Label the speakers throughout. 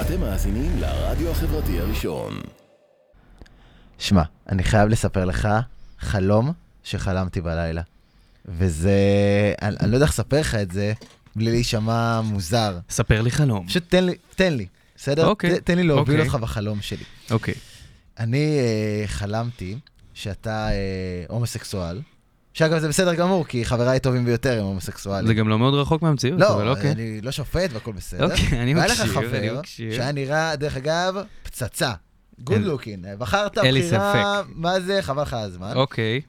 Speaker 1: אתם מאזינים לרדיו החברתי הראשון.
Speaker 2: שמע, אני חייב לספר לך חלום שחלמתי בלילה. וזה... אני, אני לא יודע איך לספר לך את זה בלי להישמע מוזר.
Speaker 3: ספר לי חלום.
Speaker 2: פשוט תן לי, תן לי, בסדר?
Speaker 3: אוקיי.
Speaker 2: ת, תן לי להוביל
Speaker 3: אוקיי.
Speaker 2: אותך בחלום שלי.
Speaker 3: אוקיי.
Speaker 2: אני אה, חלמתי שאתה אה, הומוסקסואל, שאגב זה בסדר גמור, כי חבריי הטובים ביותר הם הומוסקסואלים.
Speaker 3: זה גם לא מאוד רחוק מהמציאות, אבל
Speaker 2: לא,
Speaker 3: אוקיי.
Speaker 2: אני לא שופט והכל בסדר.
Speaker 3: אוקיי, אני מקשיב,
Speaker 2: והיה
Speaker 3: אני
Speaker 2: לך חבר
Speaker 3: מקשיב.
Speaker 2: שהיה נראה, דרך אגב, פצצה. גוד
Speaker 3: אין-
Speaker 2: לוקין. בחרת
Speaker 3: אין לי
Speaker 2: בחירה,
Speaker 3: ספק.
Speaker 2: מה זה, חבל לך על הזמן.
Speaker 3: אוקיי.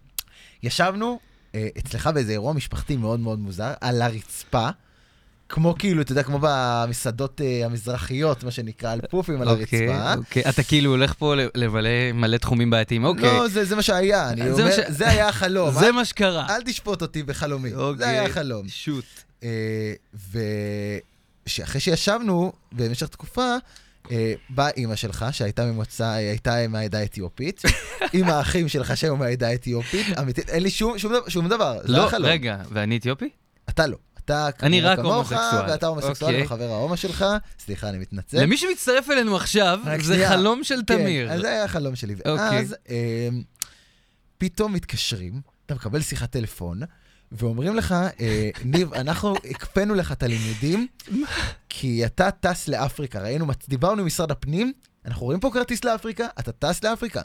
Speaker 2: ישבנו אה, אצלך באיזה אירוע משפחתי מאוד מאוד מוזר, על הרצפה, כמו כאילו, אתה יודע, כמו במסעדות אה, המזרחיות, מה שנקרא, על פופים על
Speaker 3: אוקיי,
Speaker 2: הרצפה.
Speaker 3: אוקיי. אתה כאילו הולך פה ל- לבלה מלא תחומים בעייתיים, אוקיי.
Speaker 2: לא, זה זה מה שהיה, אני
Speaker 3: זה מה
Speaker 2: אומר,
Speaker 3: ש-
Speaker 2: זה היה החלום.
Speaker 3: זה
Speaker 2: אל-
Speaker 3: מה שקרה.
Speaker 2: אל תשפוט אותי בחלומי, אה, זה
Speaker 3: אוקיי.
Speaker 2: היה החלום.
Speaker 3: שוט.
Speaker 2: אה, ושאחרי שישבנו במשך תקופה, אה, באה אימא שלך, שהייתה ממוצא, הייתה מהעדה האתיופית, עם האחים שלך שהיו מהעדה האתיופית, אמיתית, אין לי שום, שום, דבר- שום דבר, זה
Speaker 3: לא,
Speaker 2: היה חלום.
Speaker 3: רגע, ואני אתיופי?
Speaker 2: אתה לא. אתה
Speaker 3: אני
Speaker 2: כנראה
Speaker 3: רק
Speaker 2: כמוך,
Speaker 3: הומוסקסואל.
Speaker 2: ואתה הומוסקסואל
Speaker 3: אוקיי.
Speaker 2: וחבר ההומו שלך, סליחה, אני מתנצל.
Speaker 3: למי שמצטרף אלינו עכשיו,
Speaker 2: רק
Speaker 3: זה
Speaker 2: שנייה.
Speaker 3: חלום של תמיר.
Speaker 2: כן, אז זה היה החלום שלי.
Speaker 3: אוקיי.
Speaker 2: ואז אה, פתאום מתקשרים, אתה מקבל שיחת טלפון, ואומרים לך, אה, ניב, אנחנו הקפאנו לך את הלימודים, כי אתה טס לאפריקה. ראינו, מצ- דיברנו עם משרד הפנים, אנחנו רואים פה כרטיס לאפריקה, אתה טס לאפריקה.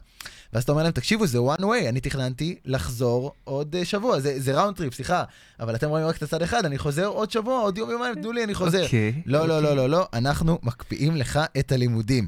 Speaker 2: ואז אתה אומר להם, תקשיבו, זה one way, אני תכננתי לחזור עוד אה, שבוע, זה, זה ראונד טריפ, סליחה, אבל אתם רואים רק את הצד אחד, אני חוזר עוד שבוע, עוד יום יומיים, תנו לי, אני חוזר.
Speaker 3: אוקיי,
Speaker 2: לא, לא, לא, לא, לא, אנחנו מקפיאים לך את הלימודים.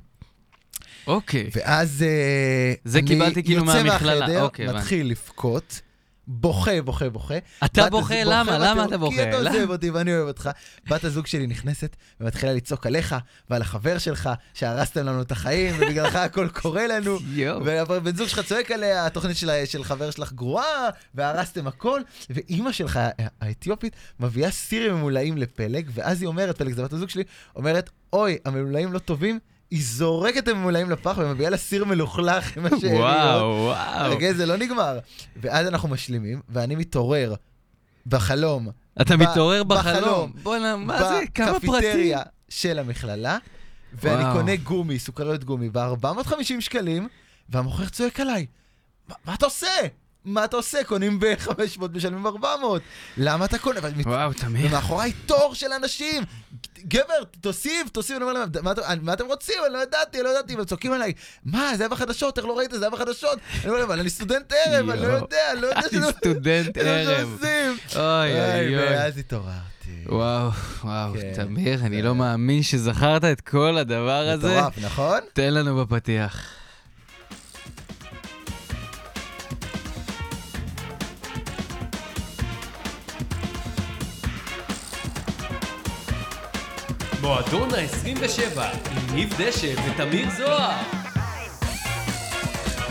Speaker 3: אוקיי.
Speaker 2: ואז אה,
Speaker 3: זה
Speaker 2: אני
Speaker 3: קיבלתי כאילו
Speaker 2: יוצא
Speaker 3: מהמכללה.
Speaker 2: מהחדר,
Speaker 3: אוקיי, הבנתי.
Speaker 2: מתחיל לבכות, בוכה, בוכה, בוכה.
Speaker 3: אתה
Speaker 2: בת
Speaker 3: בוכה?
Speaker 2: הזוג-
Speaker 3: למה?
Speaker 2: בוכה,
Speaker 3: למה
Speaker 2: בת-
Speaker 3: אתה בוכה?
Speaker 2: כי אתה
Speaker 3: למה?
Speaker 2: עוזב אותי ואני אוהב אותך. בת הזוג שלי נכנסת ומתחילה לצעוק עליך ועל החבר שלך, שהרסתם לנו את החיים ובגללך הכל קורה לנו.
Speaker 3: יואו.
Speaker 2: והבן זוג שלך צועק עליה, התוכנית של, של חבר שלך גרועה, והרסתם הכל, ואימא שלך, הא- האתיופית, מביאה סירים ממולאים לפלג, ואז היא אומרת, פלג זה בת הזוג שלי, אומרת, אוי, הממולאים לא טובים, היא זורקת את הממולאים לפח ומביאה לה סיר מלוכלך, עם השאריות.
Speaker 3: וואו, וואו.
Speaker 2: רגע, זה לא נגמר. ואז אנחנו משלימים, ואני מתעורר בחלום,
Speaker 3: אתה
Speaker 2: ב-
Speaker 3: מתעורר
Speaker 2: בחלום.
Speaker 3: בחלום. בואנה, מה זה? כמה פרטים.
Speaker 2: בקפיטריה של המכללה, ואני
Speaker 3: וואו.
Speaker 2: קונה גומי, סוכריות גומי, ב-450 שקלים, והמוכר צועק עליי, "מה- מה אתה עושה? מה אתה עושה? קונים ב-500, משלמים 400. למה אתה קונה? ואני מת-
Speaker 3: וואו, תמיר.
Speaker 2: ומאחוריי תור של אנשים. גבר, תוסיף, תוסיף, אני אומר להם, "מה אתם- מה אתם רוצים? אני לא ידעתי, לא ידעתי, והם צועקים עליי, מה, זה היה בחדשות, איך לא ראית? זה היה בחדשות. אני אומר להם, אבל אני סטודנט ערב, אני לא
Speaker 3: יואו.
Speaker 2: יודע, אני לא יודע
Speaker 3: אני
Speaker 2: שזה מה
Speaker 3: סטודנט ערב.
Speaker 2: שעושים.
Speaker 3: אוי
Speaker 2: אוי,
Speaker 3: אוי אוי.
Speaker 2: ואז התעוררתי.
Speaker 3: וואו, וואו,
Speaker 2: כן,
Speaker 3: תמיר, אני
Speaker 2: זה-
Speaker 3: לא מאמין שזכרת את כל הדבר הזה.
Speaker 2: מטורף, נכון?
Speaker 3: תן לנו בפתיח.
Speaker 4: מועדון ה-27 עם ניב דשא ותמיר זוהר.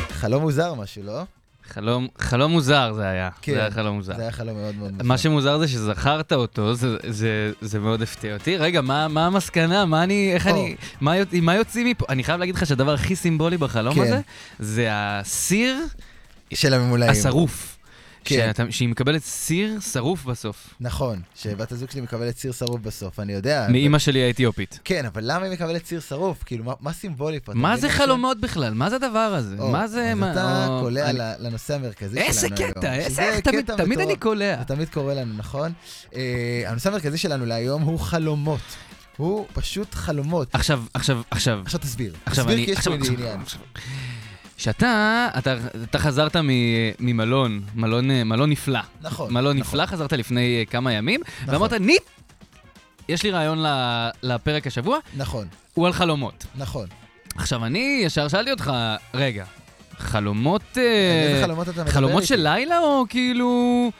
Speaker 2: חלום מוזר משהו, לא?
Speaker 3: חלום, חלום מוזר זה היה.
Speaker 2: כן.
Speaker 3: זה היה חלום מוזר.
Speaker 2: זה היה חלום מאוד מאוד מוזר.
Speaker 3: מה שמוזר זה שזכרת אותו, זה, זה, זה מאוד הפתיע אותי. רגע, מה, מה המסקנה? מה אני, איך
Speaker 2: או.
Speaker 3: אני, מה, יוצ- מה יוצאים מפה? אני חייב להגיד לך שהדבר הכי סימבולי בחלום
Speaker 2: כן.
Speaker 3: הזה, זה הסיר
Speaker 2: של הממולאים.
Speaker 3: השרוף.
Speaker 2: כן.
Speaker 3: שאתה- שהיא מקבלת סיר שרוף בסוף.
Speaker 2: נכון, שבת הזוג שלי מקבלת סיר שרוף בסוף, אני יודע.
Speaker 3: מאימא שלי האתיופית.
Speaker 2: כן, אבל למה היא מקבלת סיר שרוף? כאילו, מה- מה סימבולי פה? אתה
Speaker 3: מה
Speaker 2: מבין
Speaker 3: זה
Speaker 2: משהו?
Speaker 3: חלומות בכלל? מה זה הדבר הזה?
Speaker 2: או,
Speaker 3: מה זה...
Speaker 2: אז
Speaker 3: מה-
Speaker 2: אתה
Speaker 3: או,
Speaker 2: קולע
Speaker 3: אני-
Speaker 2: ל- לנושא המרכזי שלנו
Speaker 3: איזה
Speaker 2: היום.
Speaker 3: קטע,
Speaker 2: שזה
Speaker 3: איזה... תמיד-
Speaker 2: קטע
Speaker 3: תמיד אני
Speaker 2: מטורף.
Speaker 3: קולע.
Speaker 2: זה תמיד קורה לנו, נכון? אה, הנושא המרכזי שלנו להיום הוא חלומות. הוא פשוט חלומות.
Speaker 3: עכשיו, עכשיו, עכשיו,
Speaker 2: עכשיו תסביר.
Speaker 3: עכשיו
Speaker 2: תסביר
Speaker 3: אני...
Speaker 2: כי יש
Speaker 3: עכשיו,
Speaker 2: פה
Speaker 3: עכשיו,
Speaker 2: עניין.
Speaker 3: עכשיו. שאתה, אתה, אתה חזרת מ, ממלון, מלון, אה, מלון נפלא.
Speaker 2: נכון.
Speaker 3: מלון
Speaker 2: נכון.
Speaker 3: נפלא, חזרת לפני אה, כמה ימים,
Speaker 2: נכון.
Speaker 3: ואמרת, ניט, יש לי רעיון ל- לפרק השבוע,
Speaker 2: נכון,
Speaker 3: הוא על חלומות.
Speaker 2: נכון.
Speaker 3: עכשיו, אני ישר שאלתי אותך, רגע, חלומות...
Speaker 2: על
Speaker 3: אה,
Speaker 2: איזה חלומות אתה מדבר
Speaker 3: חלומות
Speaker 2: איתי?
Speaker 3: של לילה או כאילו...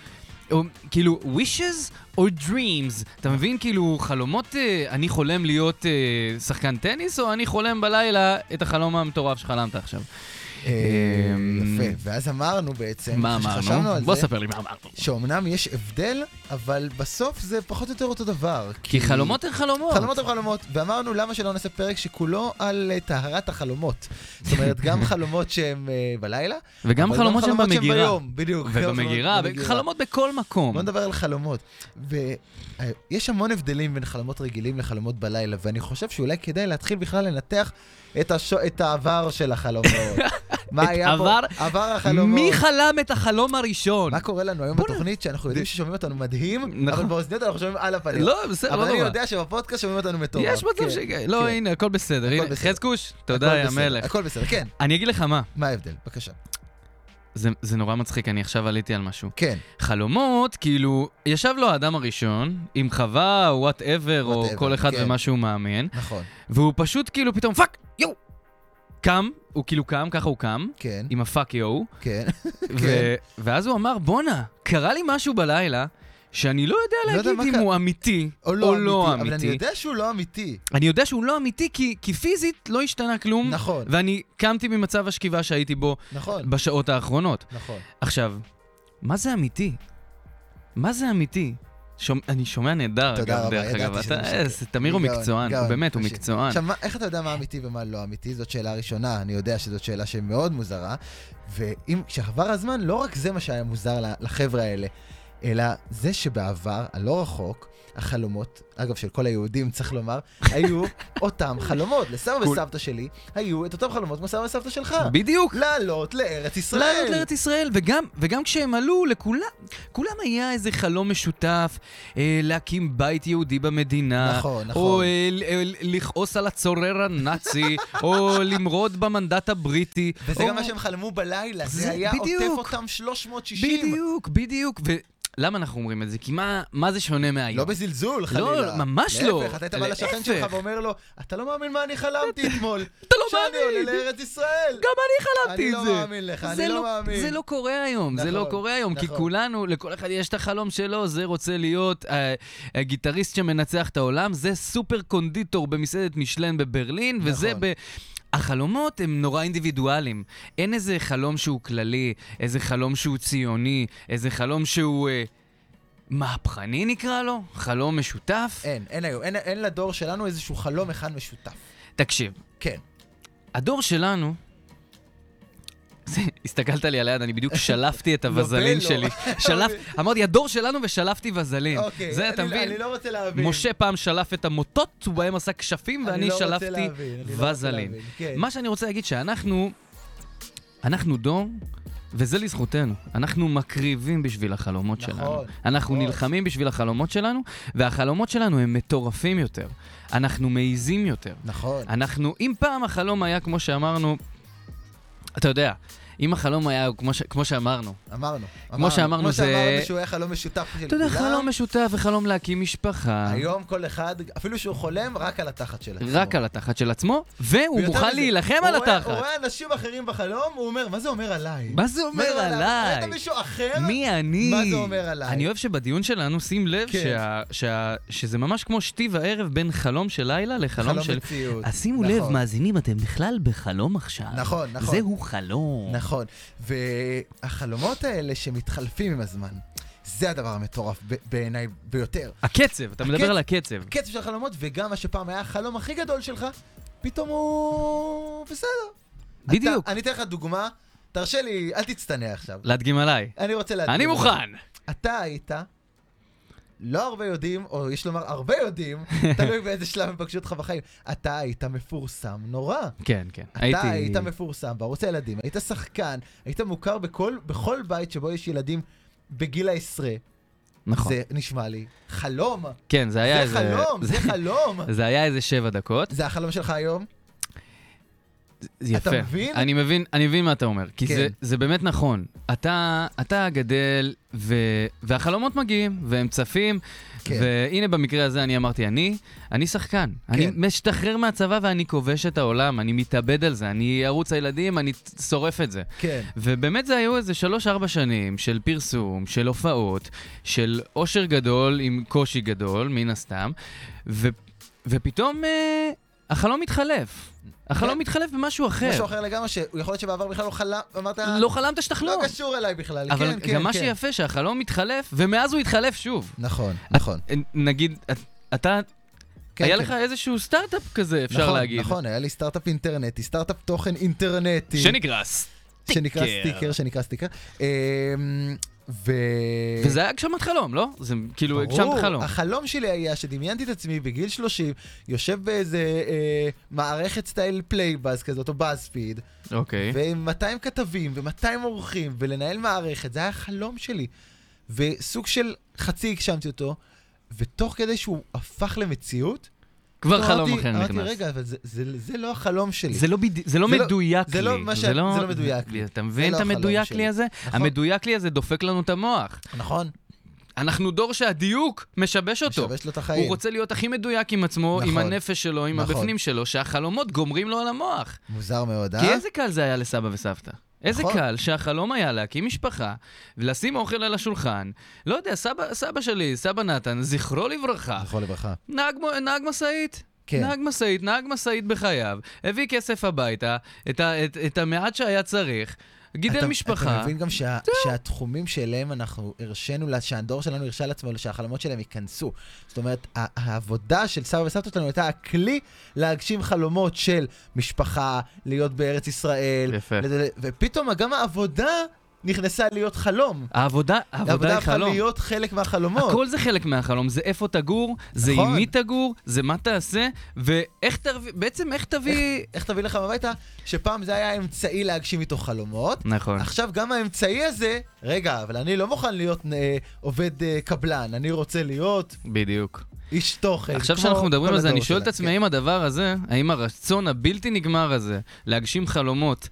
Speaker 3: או, כאילו, wishes או dreams? אתה מבין? כאילו, חלומות, אה, אני חולם להיות אה, שחקן טניס, או אני חולם בלילה את החלום המטורף שחלמת עכשיו?
Speaker 2: אה,
Speaker 3: אמ,
Speaker 2: יפה. ואז אמרנו בעצם,
Speaker 3: מה
Speaker 2: אחרי
Speaker 3: אמרנו?
Speaker 2: שחשבנו על
Speaker 3: בוא
Speaker 2: זה,
Speaker 3: ספר לי מה אמרנו.
Speaker 2: שאומנם יש הבדל, אבל בסוף זה פחות או יותר אותו דבר.
Speaker 3: כי חלומות הן חלומות.
Speaker 2: חלומות הם חלומות, ואמרנו למה שלא נעשה פרק שכולו על אה, טהרת החלומות. זאת אומרת, גם חלומות שהם אה, בלילה,
Speaker 3: וגם
Speaker 2: אבל לא
Speaker 3: חלומות שהן
Speaker 2: שהם
Speaker 3: במגירה.
Speaker 2: ביום, בדיוק. גם חלומות
Speaker 3: ובמגירה,
Speaker 2: במגירה. לא
Speaker 3: חלומות בכל מקום.
Speaker 2: בוא נדבר על חלומות. ויש המון הבדלים בין חלומות רגילים לחלומות בלילה, ואני חושב שאולי כדאי להתחיל בכלל לנתח את, הש... את העבר של החלומות. מה
Speaker 3: את
Speaker 2: היה
Speaker 3: עבר-
Speaker 2: פה? עבר החלומות.
Speaker 3: מי חלם את החלום הראשון?
Speaker 2: מה קורה לנו היום
Speaker 3: בוא נ-
Speaker 2: בתוכנית שאנחנו יודעים ששומעים אותנו מדהים,
Speaker 3: נכון.
Speaker 2: אבל באוזניות אנחנו שומעים על הפנים.
Speaker 3: לא, בסדר,
Speaker 2: אבל
Speaker 3: לא
Speaker 2: אני
Speaker 3: נורא.
Speaker 2: יודע שבפודקאסט שומעים אותנו מטורף.
Speaker 3: יש מצב
Speaker 2: כן,
Speaker 3: ש... לא,
Speaker 2: כן.
Speaker 3: הנה, הכל בסדר.
Speaker 2: הכל
Speaker 3: הנה,
Speaker 2: בסדר.
Speaker 3: חזקוש,
Speaker 2: הכל
Speaker 3: תודה, יא
Speaker 2: בסדר,
Speaker 3: מלך.
Speaker 2: הכל בסדר, כן.
Speaker 3: אני אגיד לך מה,
Speaker 2: מה ההבדל? בבקשה.
Speaker 3: זה זה נורא מצחיק, אני עכשיו עליתי על משהו.
Speaker 2: כן,
Speaker 3: חלומות, כאילו, ישב לו האדם הראשון, עם חווה, וואטאבר, או
Speaker 2: Whatever,
Speaker 3: כל אחד
Speaker 2: כן.
Speaker 3: ומה שהוא מאמין,
Speaker 2: נכון,
Speaker 3: והוא פשוט כאילו פתאום פאק, יואו! קם, הוא כאילו קם, ככה הוא קם,
Speaker 2: כן,
Speaker 3: עם הפאק יואו,
Speaker 2: כן.
Speaker 3: ו- ואז הוא אמר, בואנה, קרה לי משהו בלילה, שאני לא יודע
Speaker 2: לא יודע
Speaker 3: להגיד
Speaker 2: מה
Speaker 3: אם
Speaker 2: קרה."
Speaker 3: הוא אמיתי
Speaker 2: או לא אמיתי.
Speaker 3: לא
Speaker 2: אבל אני
Speaker 3: אמיתי.
Speaker 2: יודע שהוא לא אמיתי.
Speaker 3: אני יודע שהוא לא אמיתי, כי כי פיזית לא השתנה כלום,
Speaker 2: נכון,
Speaker 3: ואני קמתי ממצב השכיבה שהייתי בו
Speaker 2: נכון,
Speaker 3: בשעות האחרונות.
Speaker 2: נכון.
Speaker 3: עכשיו, מה זה אמיתי? מה זה אמיתי? שומ... אני שומע נהדר,
Speaker 2: תודה
Speaker 3: אגב,
Speaker 2: רבה,
Speaker 3: אה, דרך
Speaker 2: ידעתי
Speaker 3: אגב.
Speaker 2: שזה
Speaker 3: אתה-
Speaker 2: מה
Speaker 3: אה,
Speaker 2: שיקרה.
Speaker 3: תמיר הוא
Speaker 2: גאון,
Speaker 3: מקצוען,
Speaker 2: גאון,
Speaker 3: הוא באמת, הוא
Speaker 2: תקשיב.
Speaker 3: מקצוען.
Speaker 2: עכשיו, מה- איך אתה יודע מה אמיתי ומה לא אמיתי? זאת שאלה ראשונה, אני יודע שזאת שאלה שמאוד מוזרה. ואם, כשעבר הזמן, לא רק זה מה שהיה מוזר ל- לחבר'ה האלה, אלא זה שבעבר, הלא רחוק, החלומות, אגב, של כל היהודים, צריך לומר, היו אותם חלומות. לסבא
Speaker 3: כול-
Speaker 2: וסבתא שלי היו את אותם חלומות כמו סבא וסבתא שלך.
Speaker 3: בדיוק.
Speaker 2: לעלות לארץ ישראל.
Speaker 3: לעלות לארץ ישראל, וגם, וגם כשהם עלו, לכולם, כולם היה איזה חלום משותף, אה, להקים בית יהודי במדינה,
Speaker 2: נכון,
Speaker 3: או
Speaker 2: נכון.
Speaker 3: אה, ל- אה, לכעוס על הצורר הנאצי, או למרוד במנדט הבריטי.
Speaker 2: וזה
Speaker 3: או...
Speaker 2: גם מה שהם חלמו בלילה, זה
Speaker 3: זה-
Speaker 2: היה
Speaker 3: בדיוק.
Speaker 2: עוטף אותם 360.
Speaker 3: בדיוק, בדיוק. ולמה אנחנו אומרים את זה? כי מה, מה זה שונה מהיום?
Speaker 2: לא בזלזול, חלילה.
Speaker 3: לא, ממש לא.
Speaker 2: להפך, אתה היית בא לשכן
Speaker 3: להפך.
Speaker 2: שלך ואומר לו, אתה לא מאמין מה אני חלמתי אתמול.
Speaker 3: אתה לא
Speaker 2: שאני
Speaker 3: מאמין.
Speaker 2: עולה לארץ ישראל.
Speaker 3: גם אני חלמתי
Speaker 2: אני
Speaker 3: את
Speaker 2: לא
Speaker 3: זה.
Speaker 2: מאמין לך,
Speaker 3: זה
Speaker 2: אני לא מאמין.
Speaker 3: זה לא קורה היום, זה לא
Speaker 2: נכון,
Speaker 3: קורה היום, כי
Speaker 2: נכון.
Speaker 3: כולנו, לכל אחד יש את החלום שלו, זה רוצה להיות אה, הגיטריסט שמנצח את העולם, זה סופר קונדיטור במסעדת משלן בברלין, וזה
Speaker 2: נכון.
Speaker 3: ב... החלומות הם נורא אינדיבידואליים. אין איזה חלום שהוא כללי, איזה חלום שהוא ציוני, איזה חלום שהוא אה, מהפכני נקרא לו, חלום משותף.
Speaker 2: אין, אין היום, אין- אין לדור שלנו איזשהו חלום אחד משותף.
Speaker 3: תקשיב,
Speaker 2: כן.
Speaker 3: הדור שלנו... זה, הסתכלת לי על היד, אני בדיוק שלפתי את הווזלין
Speaker 2: לא.
Speaker 3: שלי. שלף, אמרתי, הדור שלנו ושלפתי וזלין.
Speaker 2: אוקיי,
Speaker 3: כן. זה,
Speaker 2: אני-
Speaker 3: אתה מבין?
Speaker 2: אני לא רוצה להבין.
Speaker 3: משה פעם שלף את המוטות, ובהם עשה כשפים,
Speaker 2: אני
Speaker 3: ואני
Speaker 2: לא רוצה
Speaker 3: שלפתי
Speaker 2: להבין, אני לא רוצה
Speaker 3: וזלין.
Speaker 2: להבין, כן.
Speaker 3: מה שאני רוצה להגיד, שאנחנו, אנחנו דור, וזה לזכותנו. אנחנו מקריבים בשביל החלומות
Speaker 2: נכון,
Speaker 3: שלנו. אנחנו
Speaker 2: נכון.
Speaker 3: נלחמים בשביל החלומות שלנו, והחלומות שלנו הם מטורפים יותר. אנחנו מעיזים יותר.
Speaker 2: נכון.
Speaker 3: אנחנו, אם פעם החלום היה כמו שאמרנו, אתה יודע, אם החלום היה כמו, ש, כמו שאמרנו,
Speaker 2: אמרנו.
Speaker 3: כמו שאמרנו,
Speaker 2: כמו
Speaker 3: זה-
Speaker 2: שאמרנו שהוא היה חלום משותף של
Speaker 3: אתה יודע, חלום משותף וחלום להקים משפחה,
Speaker 2: היום כל אחד, אפילו שהוא חולם, רק על התחת של עצמו.
Speaker 3: רק על התחת של עצמו, והוא
Speaker 2: ויותר
Speaker 3: מוכן
Speaker 2: מזה,
Speaker 3: להילחם
Speaker 2: הוא
Speaker 3: על
Speaker 2: רואה-
Speaker 3: התחת.
Speaker 2: הוא רואה אנשים אחרים בחלום, הוא אומר, מה זה אומר עליי?
Speaker 3: מה זה
Speaker 2: מה
Speaker 3: אומר
Speaker 2: זה ראית
Speaker 3: עליי?
Speaker 2: מישהו אחר?
Speaker 3: מי אני?
Speaker 2: מה זה אומר עליי?
Speaker 3: אני אוהב שבדיון שלנו, שים לב
Speaker 2: כן.
Speaker 3: שה, שה, שזה ממש כמו שתי וערב בין חלום של לילה לחלום של...
Speaker 2: מציאות.
Speaker 3: אז שימו לב,
Speaker 2: נכון,
Speaker 3: מאזינים, אתם בכלל בחלום עכשיו.
Speaker 2: נכון, נכון.
Speaker 3: זהו חלום.
Speaker 2: נכון. והחלומות האלה שמתחלפים עם הזמן, זה הדבר המטורף ב- בעיניי ביותר.
Speaker 3: הקצב, אתה מדבר
Speaker 2: הקצב-
Speaker 3: על הקצב.
Speaker 2: הקצב של החלומות, וגם מה שפעם היה החלום הכי גדול שלך, פתאום הוא... בסדר.
Speaker 3: בדיוק.
Speaker 2: אתה, אני אתן לך דוגמה, תרשה לי, אל תצטנע עכשיו.
Speaker 3: להדגים עליי.
Speaker 2: אני רוצה להדגים.
Speaker 3: אני מוכן.
Speaker 2: אתה היית, לא הרבה יודעים, או יש לומר הרבה יודעים, תלוי באיזה שלב הם פגשו אותך בחיים, אתה היית מפורסם נורא.
Speaker 3: כן, כן.
Speaker 2: אתה היית מפורסם בערוץ הילדים, היית שחקן, היית מוכר בכל, בכל בית שבו יש ילדים בגיל העשרה.
Speaker 3: נכון.
Speaker 2: זה נשמע לי חלום.
Speaker 3: כן, זה היה
Speaker 2: זה
Speaker 3: איזה...
Speaker 2: חלום, זה חלום.
Speaker 3: זה היה איזה שבע דקות.
Speaker 2: זה החלום שלך היום?
Speaker 3: זה יפה.
Speaker 2: אתה מבין?
Speaker 3: אני מבין, אני מבין מה אתה אומר. כי
Speaker 2: כן.
Speaker 3: זה- זה באמת נכון. אתה אתה גדל, ו- והחלומות מגיעים, והם צפים,
Speaker 2: כן.
Speaker 3: והנה במקרה הזה אני אמרתי, אני, אני שחקן. אני
Speaker 2: כן.
Speaker 3: משתחרר מהצבא ואני כובש את העולם, אני מתאבד על זה, אני ערוץ הילדים, אני שורף את זה.
Speaker 2: כן.
Speaker 3: ובאמת זה היו איזה שלוש-ארבע שנים של פרסום, של הופעות, של אושר גדול עם קושי גדול, מן הסתם, ו, ופתאום אה, החלום מתחלף. החלום
Speaker 2: כן.
Speaker 3: מתחלף במשהו אחר.
Speaker 2: משהו אחר לגמרי, שהוא יכול להיות שבעבר בכלל לא חלם, אמרת,
Speaker 3: לא חלמת
Speaker 2: לא
Speaker 3: שתחלום.
Speaker 2: קשור אליי בכלל.
Speaker 3: אבל
Speaker 2: כן, כן,
Speaker 3: גם מה
Speaker 2: כן.
Speaker 3: שיפה שהחלום מתחלף, ומאז הוא התחלף שוב. אה,
Speaker 2: נכון, נכון.
Speaker 3: נגיד, את- אתה,
Speaker 2: כן,
Speaker 3: היה
Speaker 2: כן.
Speaker 3: לך איזשהו סטארט-אפ כזה, אפשר
Speaker 2: נכון,
Speaker 3: להגיד.
Speaker 2: נכון, היה לי סטארט-אפ אינטרנטי, סטארט-אפ תוכן אינטרנטי.
Speaker 3: שנקרא סטיקר.
Speaker 2: שנקרא סטיקר, שנקרא סטיקר. אמ, ו...
Speaker 3: וזה היה הגשמת חלום, לא? זה כאילו הגשמת חלום.
Speaker 2: החלום שלי היה שדמיינתי את עצמי בגיל 30, יושב באיזה אה, מערכת סטייל פלייבאז כזאת, או באזפיד,
Speaker 3: אוקיי.
Speaker 2: ועם 200 כתבים ו-200 עורכים, ולנהל מערכת, זה היה החלום שלי. וסוג של חצי הגשמתי אותו, ותוך כדי שהוא הפך למציאות,
Speaker 3: כבר
Speaker 2: לא, אמרתי-
Speaker 3: חלום אחר
Speaker 2: אמרתי,
Speaker 3: נכנס.
Speaker 2: רגע, אבל זה, זה, זה לא החלום שלי.
Speaker 3: זה לא, בד... זה לא
Speaker 2: זה לא-
Speaker 3: מדוייק
Speaker 2: זה
Speaker 3: לי.
Speaker 2: לא מה ש- זה לא מדויק לי.
Speaker 3: אתה מבין
Speaker 2: לא
Speaker 3: את
Speaker 2: החלום
Speaker 3: המדויק
Speaker 2: שלי.
Speaker 3: לי הזה?
Speaker 2: נכון.
Speaker 3: המדויק לי הזה דופק לנו את המוח.
Speaker 2: נכון,
Speaker 3: אנחנו דור שהדיוק משבש אותו.
Speaker 2: משבש לו את
Speaker 3: הוא
Speaker 2: החיים.
Speaker 3: רוצה להיות הכי מדויק עם עצמו, עם
Speaker 2: נכון.
Speaker 3: הנפש שלו, עם
Speaker 2: נכון.
Speaker 3: הבפנים שלו, שהחלומות גומרים לו על המוח.
Speaker 2: מוזר מאוד, אה?
Speaker 3: כי איזה קל זה היה לסבא וסבתא. איזה
Speaker 2: נכון.
Speaker 3: קל שהחלום היה להקים משפחה ולשים אוכל על השולחן. לא יודע, סבא, סבא שלי, סבא נתן, זכרו לברכה,
Speaker 2: זכרו לברכה.
Speaker 3: נהג, מו- נהג משאית.
Speaker 2: כן.
Speaker 3: נהג משאית, נהג משאית בחייו, הביא כסף הביתה, את, ה, את, את המעט שהיה צריך, גידל
Speaker 2: אתה-
Speaker 3: משפחה.
Speaker 2: אתה מבין גם שה, שהתחומים שאליהם אנחנו הרשינו, לה- שהדור שלנו הרשה לעצמו, שהחלומות שלהם ייכנסו. זאת אומרת, ה- העבודה של סבא וסבתא שלנו הייתה הכלי להגשים חלומות של משפחה, להיות בארץ ישראל.
Speaker 3: יפה.
Speaker 2: לד- ופתאום גם העבודה נכנסה להיות חלום.
Speaker 3: העבודה, העבודה היא
Speaker 2: הפכה
Speaker 3: חלום.
Speaker 2: להיות חלק מהחלומות.
Speaker 3: הכל זה חלק מהחלום, זה איפה תגור, זה
Speaker 2: נכון.
Speaker 3: עם מי תגור, זה מה תעשה, ואיך תביא, בעצם איך תביא...
Speaker 2: איך תביא לך הביתה? שפעם זה היה אמצעי להגשים איתו חלומות.
Speaker 3: נכון.
Speaker 2: עכשיו גם האמצעי הזה, רגע, אבל אני לא מוכן להיות אה, עובד אה, קבלן, אני רוצה להיות
Speaker 3: בדיוק.
Speaker 2: איש תוכן.
Speaker 3: עכשיו
Speaker 2: כמו
Speaker 3: שאנחנו מדברים
Speaker 2: כל
Speaker 3: על זה, אני
Speaker 2: הדור
Speaker 3: שואל את
Speaker 2: שלהם,
Speaker 3: עצמי
Speaker 2: כן.
Speaker 3: האם הדבר הזה, האם הרצון הבלתי נגמר הזה להגשים חלומות,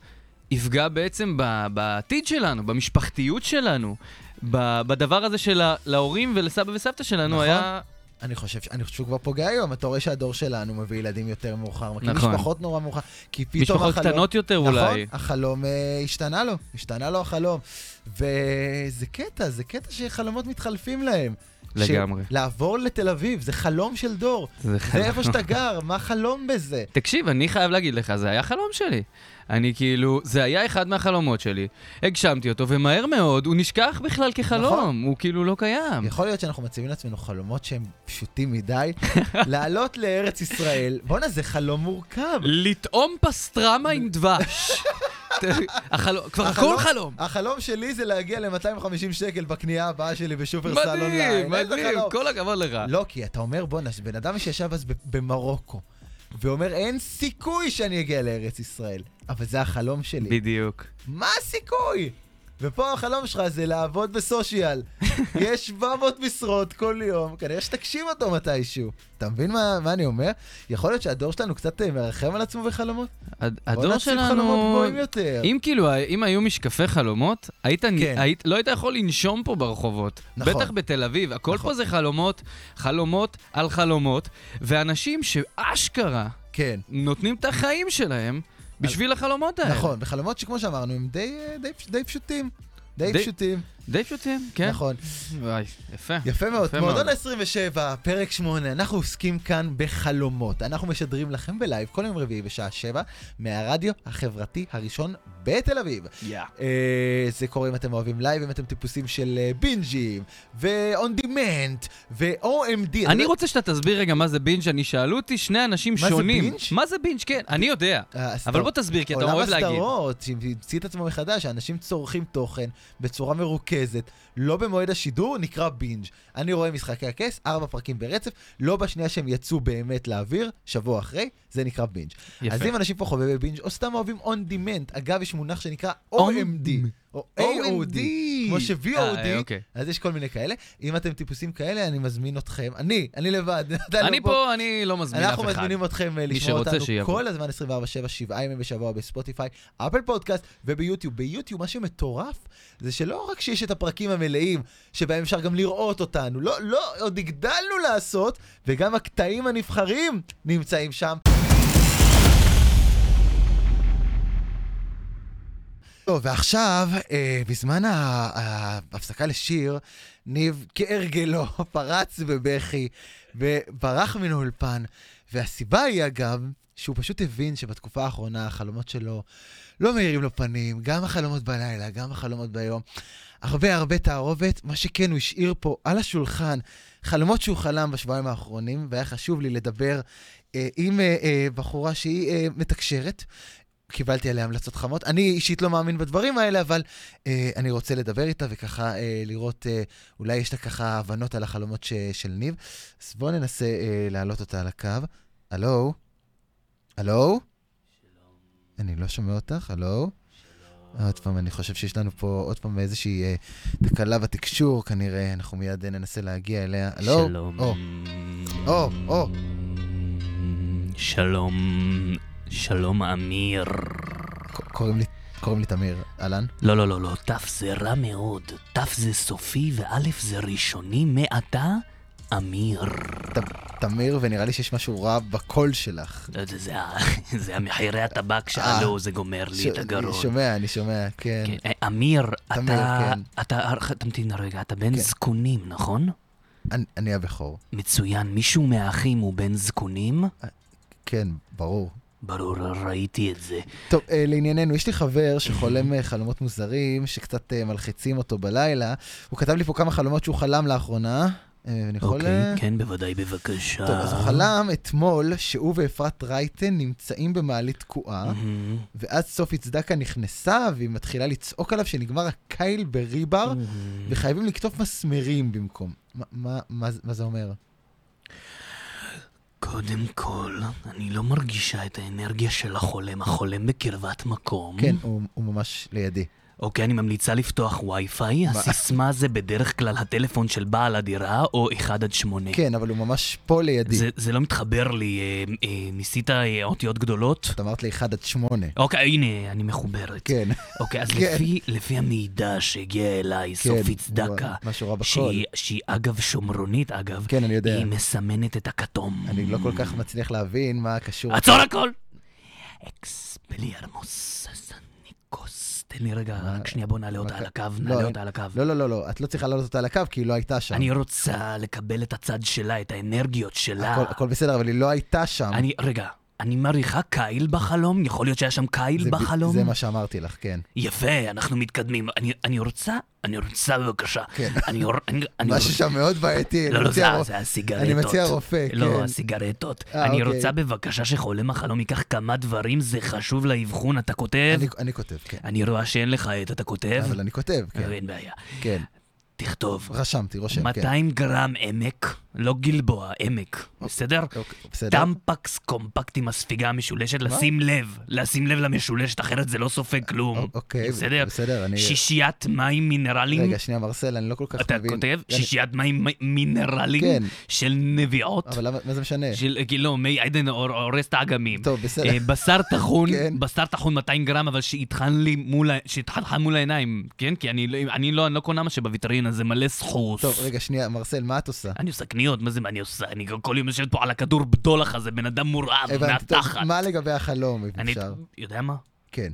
Speaker 3: יפגע בעצם ב- בעתיד שלנו, במשפחתיות שלנו, ב- בדבר הזה של ה- להורים ולסבא וסבתא שלנו
Speaker 2: נכון.
Speaker 3: היה...
Speaker 2: אני חושב, ש- אני חושב שהוא כבר פוגע היום, אתה רואה שהדור שלנו מביא ילדים יותר מאוחר, מקים
Speaker 3: נכון.
Speaker 2: משפחות נורא מאוחר, כי פתאום
Speaker 3: משפחות
Speaker 2: החלום...
Speaker 3: קטנות יותר
Speaker 2: נכון,
Speaker 3: אולי.
Speaker 2: החלום אה, השתנה לו, השתנה לו החלום. וזה קטע, זה קטע שחלומות מתחלפים להם.
Speaker 3: לגמרי.
Speaker 2: ש... לעבור לתל אביב, זה חלום של דור.
Speaker 3: זה
Speaker 2: זה איפה שאתה גר, מה חלום בזה?
Speaker 3: תקשיב, אני חייב להגיד לך, זה היה חלום שלי. אני כאילו, זה היה אחד מהחלומות שלי. הגשמתי אותו, ומהר מאוד הוא נשכח בכלל כחלום.
Speaker 2: נכון.
Speaker 3: הוא כאילו לא קיים.
Speaker 2: יכול להיות שאנחנו מציבים לעצמנו חלומות שהם פשוטים מדי. לעלות לארץ ישראל, בואנה, זה חלום מורכב.
Speaker 3: לטעום פסטרמה עם דבש. ת- החלום- כבר הכל חלום.
Speaker 2: החלום שלי זה להגיע ל-250 שקל בקנייה הבאה שלי בשופרסל אונליין.
Speaker 3: מדהים,
Speaker 2: איזה
Speaker 3: מדהים,
Speaker 2: חלום.
Speaker 3: כל הכבוד לך.
Speaker 2: לא, כי אתה אומר, בואנה, בן אדם שישב אז ב- במרוקו, ואומר, אין סיכוי שאני אגיע לארץ ישראל, אבל זה החלום שלי.
Speaker 3: בדיוק.
Speaker 2: מה הסיכוי? ופה החלום שלך זה לעבוד בסושיאל. יש 700 משרות כל יום, כנראה שתגשים אותו מתישהו. אתה מבין מה, מה אני אומר? יכול להיות שהדור שלנו קצת אה, מרחם על עצמו בחלומות?
Speaker 3: הד-
Speaker 2: בוא
Speaker 3: הדור
Speaker 2: נציב חלומות
Speaker 3: שלנו...
Speaker 2: גבוהים יותר.
Speaker 3: אם כאילו, ה- אם היו משקפי חלומות, היית,
Speaker 2: כן.
Speaker 3: כן. היית, לא היית יכול לנשום פה ברחובות.
Speaker 2: נכון.
Speaker 3: בטח בתל אביב, הכל
Speaker 2: נכון.
Speaker 3: פה זה חלומות, חלומות על חלומות, ואנשים שאשכרה
Speaker 2: כן.
Speaker 3: נותנים את החיים שלהם בשביל החלומות האלה.
Speaker 2: נכון, וחלומות שכמו שאמרנו, הם די, אה, די, פש- די פשוטים. די,
Speaker 3: די-
Speaker 2: פשוטים,
Speaker 3: די פשוטים, כן.
Speaker 2: נכון.
Speaker 3: וואי, יפה.
Speaker 2: יפה מאוד.
Speaker 3: יפה
Speaker 2: מועדון
Speaker 3: מאוד.
Speaker 2: 27, פרק 8, אנחנו עוסקים כאן בחלומות. אנחנו משדרים לכם בלייב כל יום רביעי בשעה 7 מהרדיו החברתי הראשון בתל אביב.
Speaker 3: יא.
Speaker 2: אה, זה קורה אם אתם אוהבים לייב, אם אתם טיפוסים של אה, בינג'ים, ו-on demand, ו-OMD.
Speaker 3: אני רוצה שאתה תסביר רגע מה זה בינג', אני שאלו אותי שני אנשים
Speaker 2: מה זה
Speaker 3: שונים.
Speaker 2: בינג'?
Speaker 3: מה זה בינג'? כן, אני יודע.
Speaker 2: אה,
Speaker 3: אבל בוא תסביר, כי אתה אוהב
Speaker 2: עולם
Speaker 3: להגיד.
Speaker 2: הסדרות, שהמציא את עצמו מחדש, שאנשים צורכים תוכן בצורה מרוכזת, לא במועד השידור, נקרא בינג'. אני רואה משחקי הכס, ארבע פרקים ברצף, לא בשנייה שהם יצאו באמת לאוויר, שבוע אחרי, זה נקרא בינג'.
Speaker 3: יפה.
Speaker 2: אז אם אנשים פה חובבי בינג' או סתם אוהבים on demand, אגב, יש מונח שנקרא
Speaker 3: On-
Speaker 2: OMD, או AOD, כמו
Speaker 3: אה,
Speaker 2: ש-VOD,
Speaker 3: אוקיי.
Speaker 2: אז יש כל מיני כאלה. אם אתם טיפוסים כאלה, אני מזמין אתכם, אני, אני לבד, אתה לא
Speaker 3: אני פה, אני לא מזמין אף
Speaker 2: אנחנו
Speaker 3: אחד.
Speaker 2: מזמינים אתכם אה,
Speaker 3: מי
Speaker 2: לשמוע
Speaker 3: שרוצה,
Speaker 2: אותנו
Speaker 3: שיבוא.
Speaker 2: כל הזמן 24/7, שבעה ימים בשבוע בספוטיפיי, אפל פודקאסט וביוטיוב. ביוטיוב מה שמטורף זה שלא רק שיש את הפרקים המלאים שבהם אפשר גם לראות אותנו, לא, לא, עוד הגדלנו לעשות, וגם הקטעים הנבחרים נמצאים שם. טוב, ועכשיו, אה, בזמן ה- ההפסקה לשיר, ניב כהרגלו פרץ בבכי וברח מן האולפן, והסיבה היא, אגב, שהוא פשוט הבין שבתקופה האחרונה החלומות שלו לא מאירים לו פנים, גם החלומות בלילה, גם החלומות ביום. הרבה הרבה תערובת, מה שכן, הוא השאיר פה על השולחן חלומות שהוא חלם בשבועיים האחרונים, והיה חשוב לי לדבר אה, עם אה, אה, בחורה שהיא אה, מתקשרת. קיבלתי עליה המלצות חמות. אני אישית לא מאמין בדברים האלה, אבל אה, אני רוצה לדבר איתה וככה אה, לראות, אה, אולי יש לה ככה הבנות על החלומות ש, של ניב. אז בואו ננסה אה, להעלות אותה על הקו. הלו? הלו? אני לא שומע אותך, הלו? עוד פעם, אני חושב שיש לנו פה עוד פעם איזושהי אה, תקלה בתקשור, כנראה, אנחנו מיד אה, ננסה להגיע אליה. הלו?
Speaker 3: שלום.
Speaker 2: או, או, או.
Speaker 3: שלום. שלום, אמיר.
Speaker 2: ק- קוראים לי, קוראים לי תמיר, אהלן?
Speaker 5: לא, לא, לא, לא, תף זה רע מאוד. תף זה סופי ואלף זה ראשוני. מעתה, אמיר.
Speaker 2: ת- תמיר, ונראה לי שיש משהו רע בקול שלך.
Speaker 5: לא, זה- זה ה- זה המחירי הטבק שעלו, זה גומר
Speaker 2: אה, ש-
Speaker 5: לי את
Speaker 2: אני
Speaker 5: הגרון.
Speaker 2: שומע, אני שומע, כן.
Speaker 5: כן, אה, אמיר,
Speaker 2: תמיר,
Speaker 5: אתה...
Speaker 2: כן.
Speaker 5: אתה... תמתין רגע, אתה בן
Speaker 2: כן.
Speaker 5: זקונים, נכון?
Speaker 2: אני- אני הבכור.
Speaker 5: מצוין, מישהו מהאחים הוא בן זקונים?
Speaker 2: כן, ברור.
Speaker 5: ברור, ראיתי את זה.
Speaker 2: טוב, אה, לענייננו, יש לי חבר שחולם אה, חלומות מוזרים, שקצת אה, מלחיצים אותו בלילה. הוא כתב לי פה כמה חלומות שהוא חלם לאחרונה. אה, אני יכול...
Speaker 5: אוקיי,
Speaker 2: אה,
Speaker 5: כן, אה. בוודאי, בבקשה.
Speaker 2: טוב, אז הוא חלם אתמול שהוא ואפרת רייטן נמצאים במעלית תקועה,
Speaker 5: מהמם.
Speaker 2: ואז סופי צדקה נכנסה, והיא מתחילה לצעוק עליו שנגמר הקייל בריבר,
Speaker 5: Mm-hmm.
Speaker 2: וחייבים לקטוף מסמרים במקום. מה- מה- מה זה- מה זה אומר?
Speaker 5: Mm-hmm. קודם כל, אני לא מרגישה את האנרגיה של החולם, החולם בקרבת מקום.
Speaker 2: כן, הוא הוא ממש לידי.
Speaker 5: אוקיי, אני ממליצה לפתוח וי-פיי, הסיסמה זה בדרך כלל הטלפון של בעל הדירה, או 1 עד 8.
Speaker 2: כן, אבל הוא ממש פה לידי.
Speaker 5: זה, זה לא מתחבר לי, אה, אה, ניסית אה, אותיות גדולות?
Speaker 2: את אמרת לי 1 עד 8.
Speaker 5: אוקיי, הנה, אני מחוברת.
Speaker 2: כן.
Speaker 5: אוקיי, אז
Speaker 2: כן.
Speaker 5: לפי, לפי המידע שהגיע אליי,
Speaker 2: כן,
Speaker 5: סופי צדקה,
Speaker 2: הוא- משהו רע בקול.
Speaker 5: שהיא, שהיא אגב שומרונית אגב,
Speaker 2: כן, אני יודע.
Speaker 5: היא מסמנת את הכתום. Mm.
Speaker 2: אני לא כל כך מצליח להבין מה קשור.
Speaker 5: עצור הכל! אקספליארמוס סניקוס. תן לי רגע, רק שנייה, בוא נעלה אותה
Speaker 2: מה
Speaker 5: על
Speaker 2: ק-
Speaker 5: הקו,
Speaker 2: לא,
Speaker 5: נעלה
Speaker 2: אין-
Speaker 5: אותה על הקו.
Speaker 2: לא, לא, לא, לא, את לא צריכה לעלות אותה על הקו, כי היא לא הייתה שם.
Speaker 5: אני רוצה לקבל את הצד שלה, את האנרגיות שלה.
Speaker 2: הכל- הכל בסדר, אבל היא לא הייתה שם.
Speaker 5: אני, רגע, אני מעריכה קייל בחלום? יכול להיות שהיה שם
Speaker 2: זה
Speaker 5: קייל
Speaker 2: ב-
Speaker 5: בחלום?
Speaker 2: זה מה שאמרתי לך, כן.
Speaker 5: יפה, אנחנו מתקדמים. אני- אני רוצה, אני רוצה בבקשה.
Speaker 2: כן.
Speaker 5: אני אור- אני- אני
Speaker 2: משהו שם מאוד בעייתי.
Speaker 5: לא,
Speaker 2: אני
Speaker 5: לא,
Speaker 2: מציע
Speaker 5: זה
Speaker 2: רופ-
Speaker 5: זה הסיגרטות.
Speaker 2: אני מציע רופא,
Speaker 5: לא,
Speaker 2: כן.
Speaker 5: הסיגרטות.
Speaker 2: אה,
Speaker 5: אני
Speaker 2: אוקיי.
Speaker 5: רוצה בבקשה שחולם החלום ייקח כמה דברים, זה חשוב לאבחון, אתה כותב?
Speaker 2: אני- אני כותב, כן.
Speaker 5: אני רואה שאין לך את, אתה כותב?
Speaker 2: אבל אני כותב, כן.
Speaker 5: אין בעיה.
Speaker 2: כן.
Speaker 5: תכתוב.
Speaker 2: רשמתי, רושם, כן.
Speaker 5: 200 גרם עמק, לא גלבוע, עמק, בסדר?
Speaker 2: אוקיי, בסדר.
Speaker 5: טמפקס קומפקט עם הספיגה המשולשת, לשים לב, לשים לב למשולשת, אחרת זה לא סופג כלום.
Speaker 2: א- אוקיי,
Speaker 5: בסדר?
Speaker 2: בסדר, אני-
Speaker 5: שישיית מים מינרלים,
Speaker 2: רגע, שנייה, מרסל, אני לא כל כך
Speaker 5: אתה
Speaker 2: מבין.
Speaker 5: כותב?
Speaker 2: אני-
Speaker 5: שישיית מים מ- מינרלים
Speaker 2: כן.
Speaker 5: של נביעות,
Speaker 2: אבל למה- מה זה משנה?
Speaker 5: של, אה, כאילו, מי עדן אור- הורס את האגמים.
Speaker 2: טוב, בסדר.
Speaker 5: אה, בשר טחון,
Speaker 2: כן.
Speaker 5: בשר טחון 200 גרם, אבל שיטחן לי מול, ה- שיטחן מול העיניים, כן? כי אני, לא- אני לא, אני לא קונה מה שבוויטרינה, זה מלא סחוס.
Speaker 2: טוב, רגע, שנייה, מרסל, מה את עושה?
Speaker 5: אני עושה קניות, מה זה מה אני עושה? אני כל יום יושבת פה על הכדור בדולח הזה, בן אדם מורעב
Speaker 2: הבנתי, טוב,
Speaker 5: מהתחת.
Speaker 2: מה לגבי החלום, אם
Speaker 5: אני,
Speaker 2: אפשר?
Speaker 5: יודע מה?
Speaker 2: כן.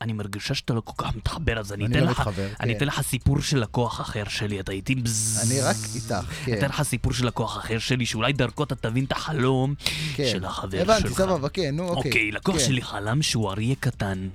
Speaker 5: אני מרגישה שאתה לא כל כך מתחבר, אז אני
Speaker 2: אני
Speaker 5: אתן
Speaker 2: לא
Speaker 5: לך,
Speaker 2: מתחבר,
Speaker 5: אני
Speaker 2: כן.
Speaker 5: אתן לך סיפור של לקוח אחר שלי, אתה איתי בזז.
Speaker 2: אני רק איתך, כן.
Speaker 5: אתן לך סיפור של לקוח אחר שלי, שאולי דרכו אתה תבין את החלום
Speaker 2: כן.
Speaker 5: של החבר
Speaker 2: הבנתי,
Speaker 5: שלך.
Speaker 2: סבבה, כן, נו, אוקיי.
Speaker 5: אוקיי, לקוח
Speaker 2: כן.
Speaker 5: שלי חלם שהוא אריה קטן,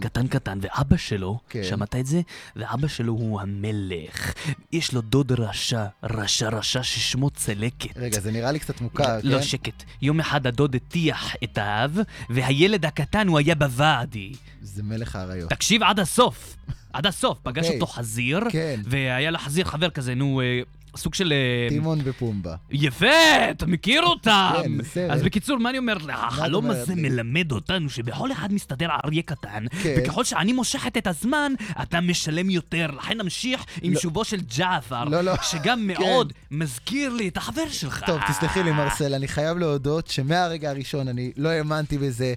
Speaker 5: קטן קטן, ואבא שלו,
Speaker 2: כן.
Speaker 5: שמעת את זה? ואבא שלו הוא המלך. יש לו דוד רשע, רשע רשע ששמו צלקת.
Speaker 2: רגע, זה נראה לי קצת מוכר,
Speaker 5: לא
Speaker 2: כן?
Speaker 5: שקט. יום אחד הדוד הטיח את האב, והילד הקטן הוא היה בוואדי.
Speaker 2: זה מלך האריות.
Speaker 5: תקשיב עד הסוף. עד הסוף. פגש
Speaker 2: אוקיי.
Speaker 5: אותו חזיר,
Speaker 2: כן.
Speaker 5: והיה לו חזיר חבר כזה, נו, אה, סוג של... אה,
Speaker 2: טימון ופומבה.
Speaker 5: יפה, אתה מכיר אותם.
Speaker 2: כן, זה סרט.
Speaker 5: אז בקיצור, מה אני אומר לך? החלום
Speaker 2: אומרת
Speaker 5: הזה
Speaker 2: לי?
Speaker 5: מלמד אותנו שבכל אחד מסתדר אריה קטן,
Speaker 2: כן.
Speaker 5: וככל שאני מושכת את הזמן, אתה משלם יותר. לכן נמשיך עם
Speaker 2: לא.
Speaker 5: שובו של ג'עפר,
Speaker 2: לא, לא.
Speaker 5: שגם מאוד מזכיר לי את החבר שלך.
Speaker 2: טוב, תסלחי לי, מרסל, אני חייב להודות שמהרגע הראשון אני לא האמנתי בזה.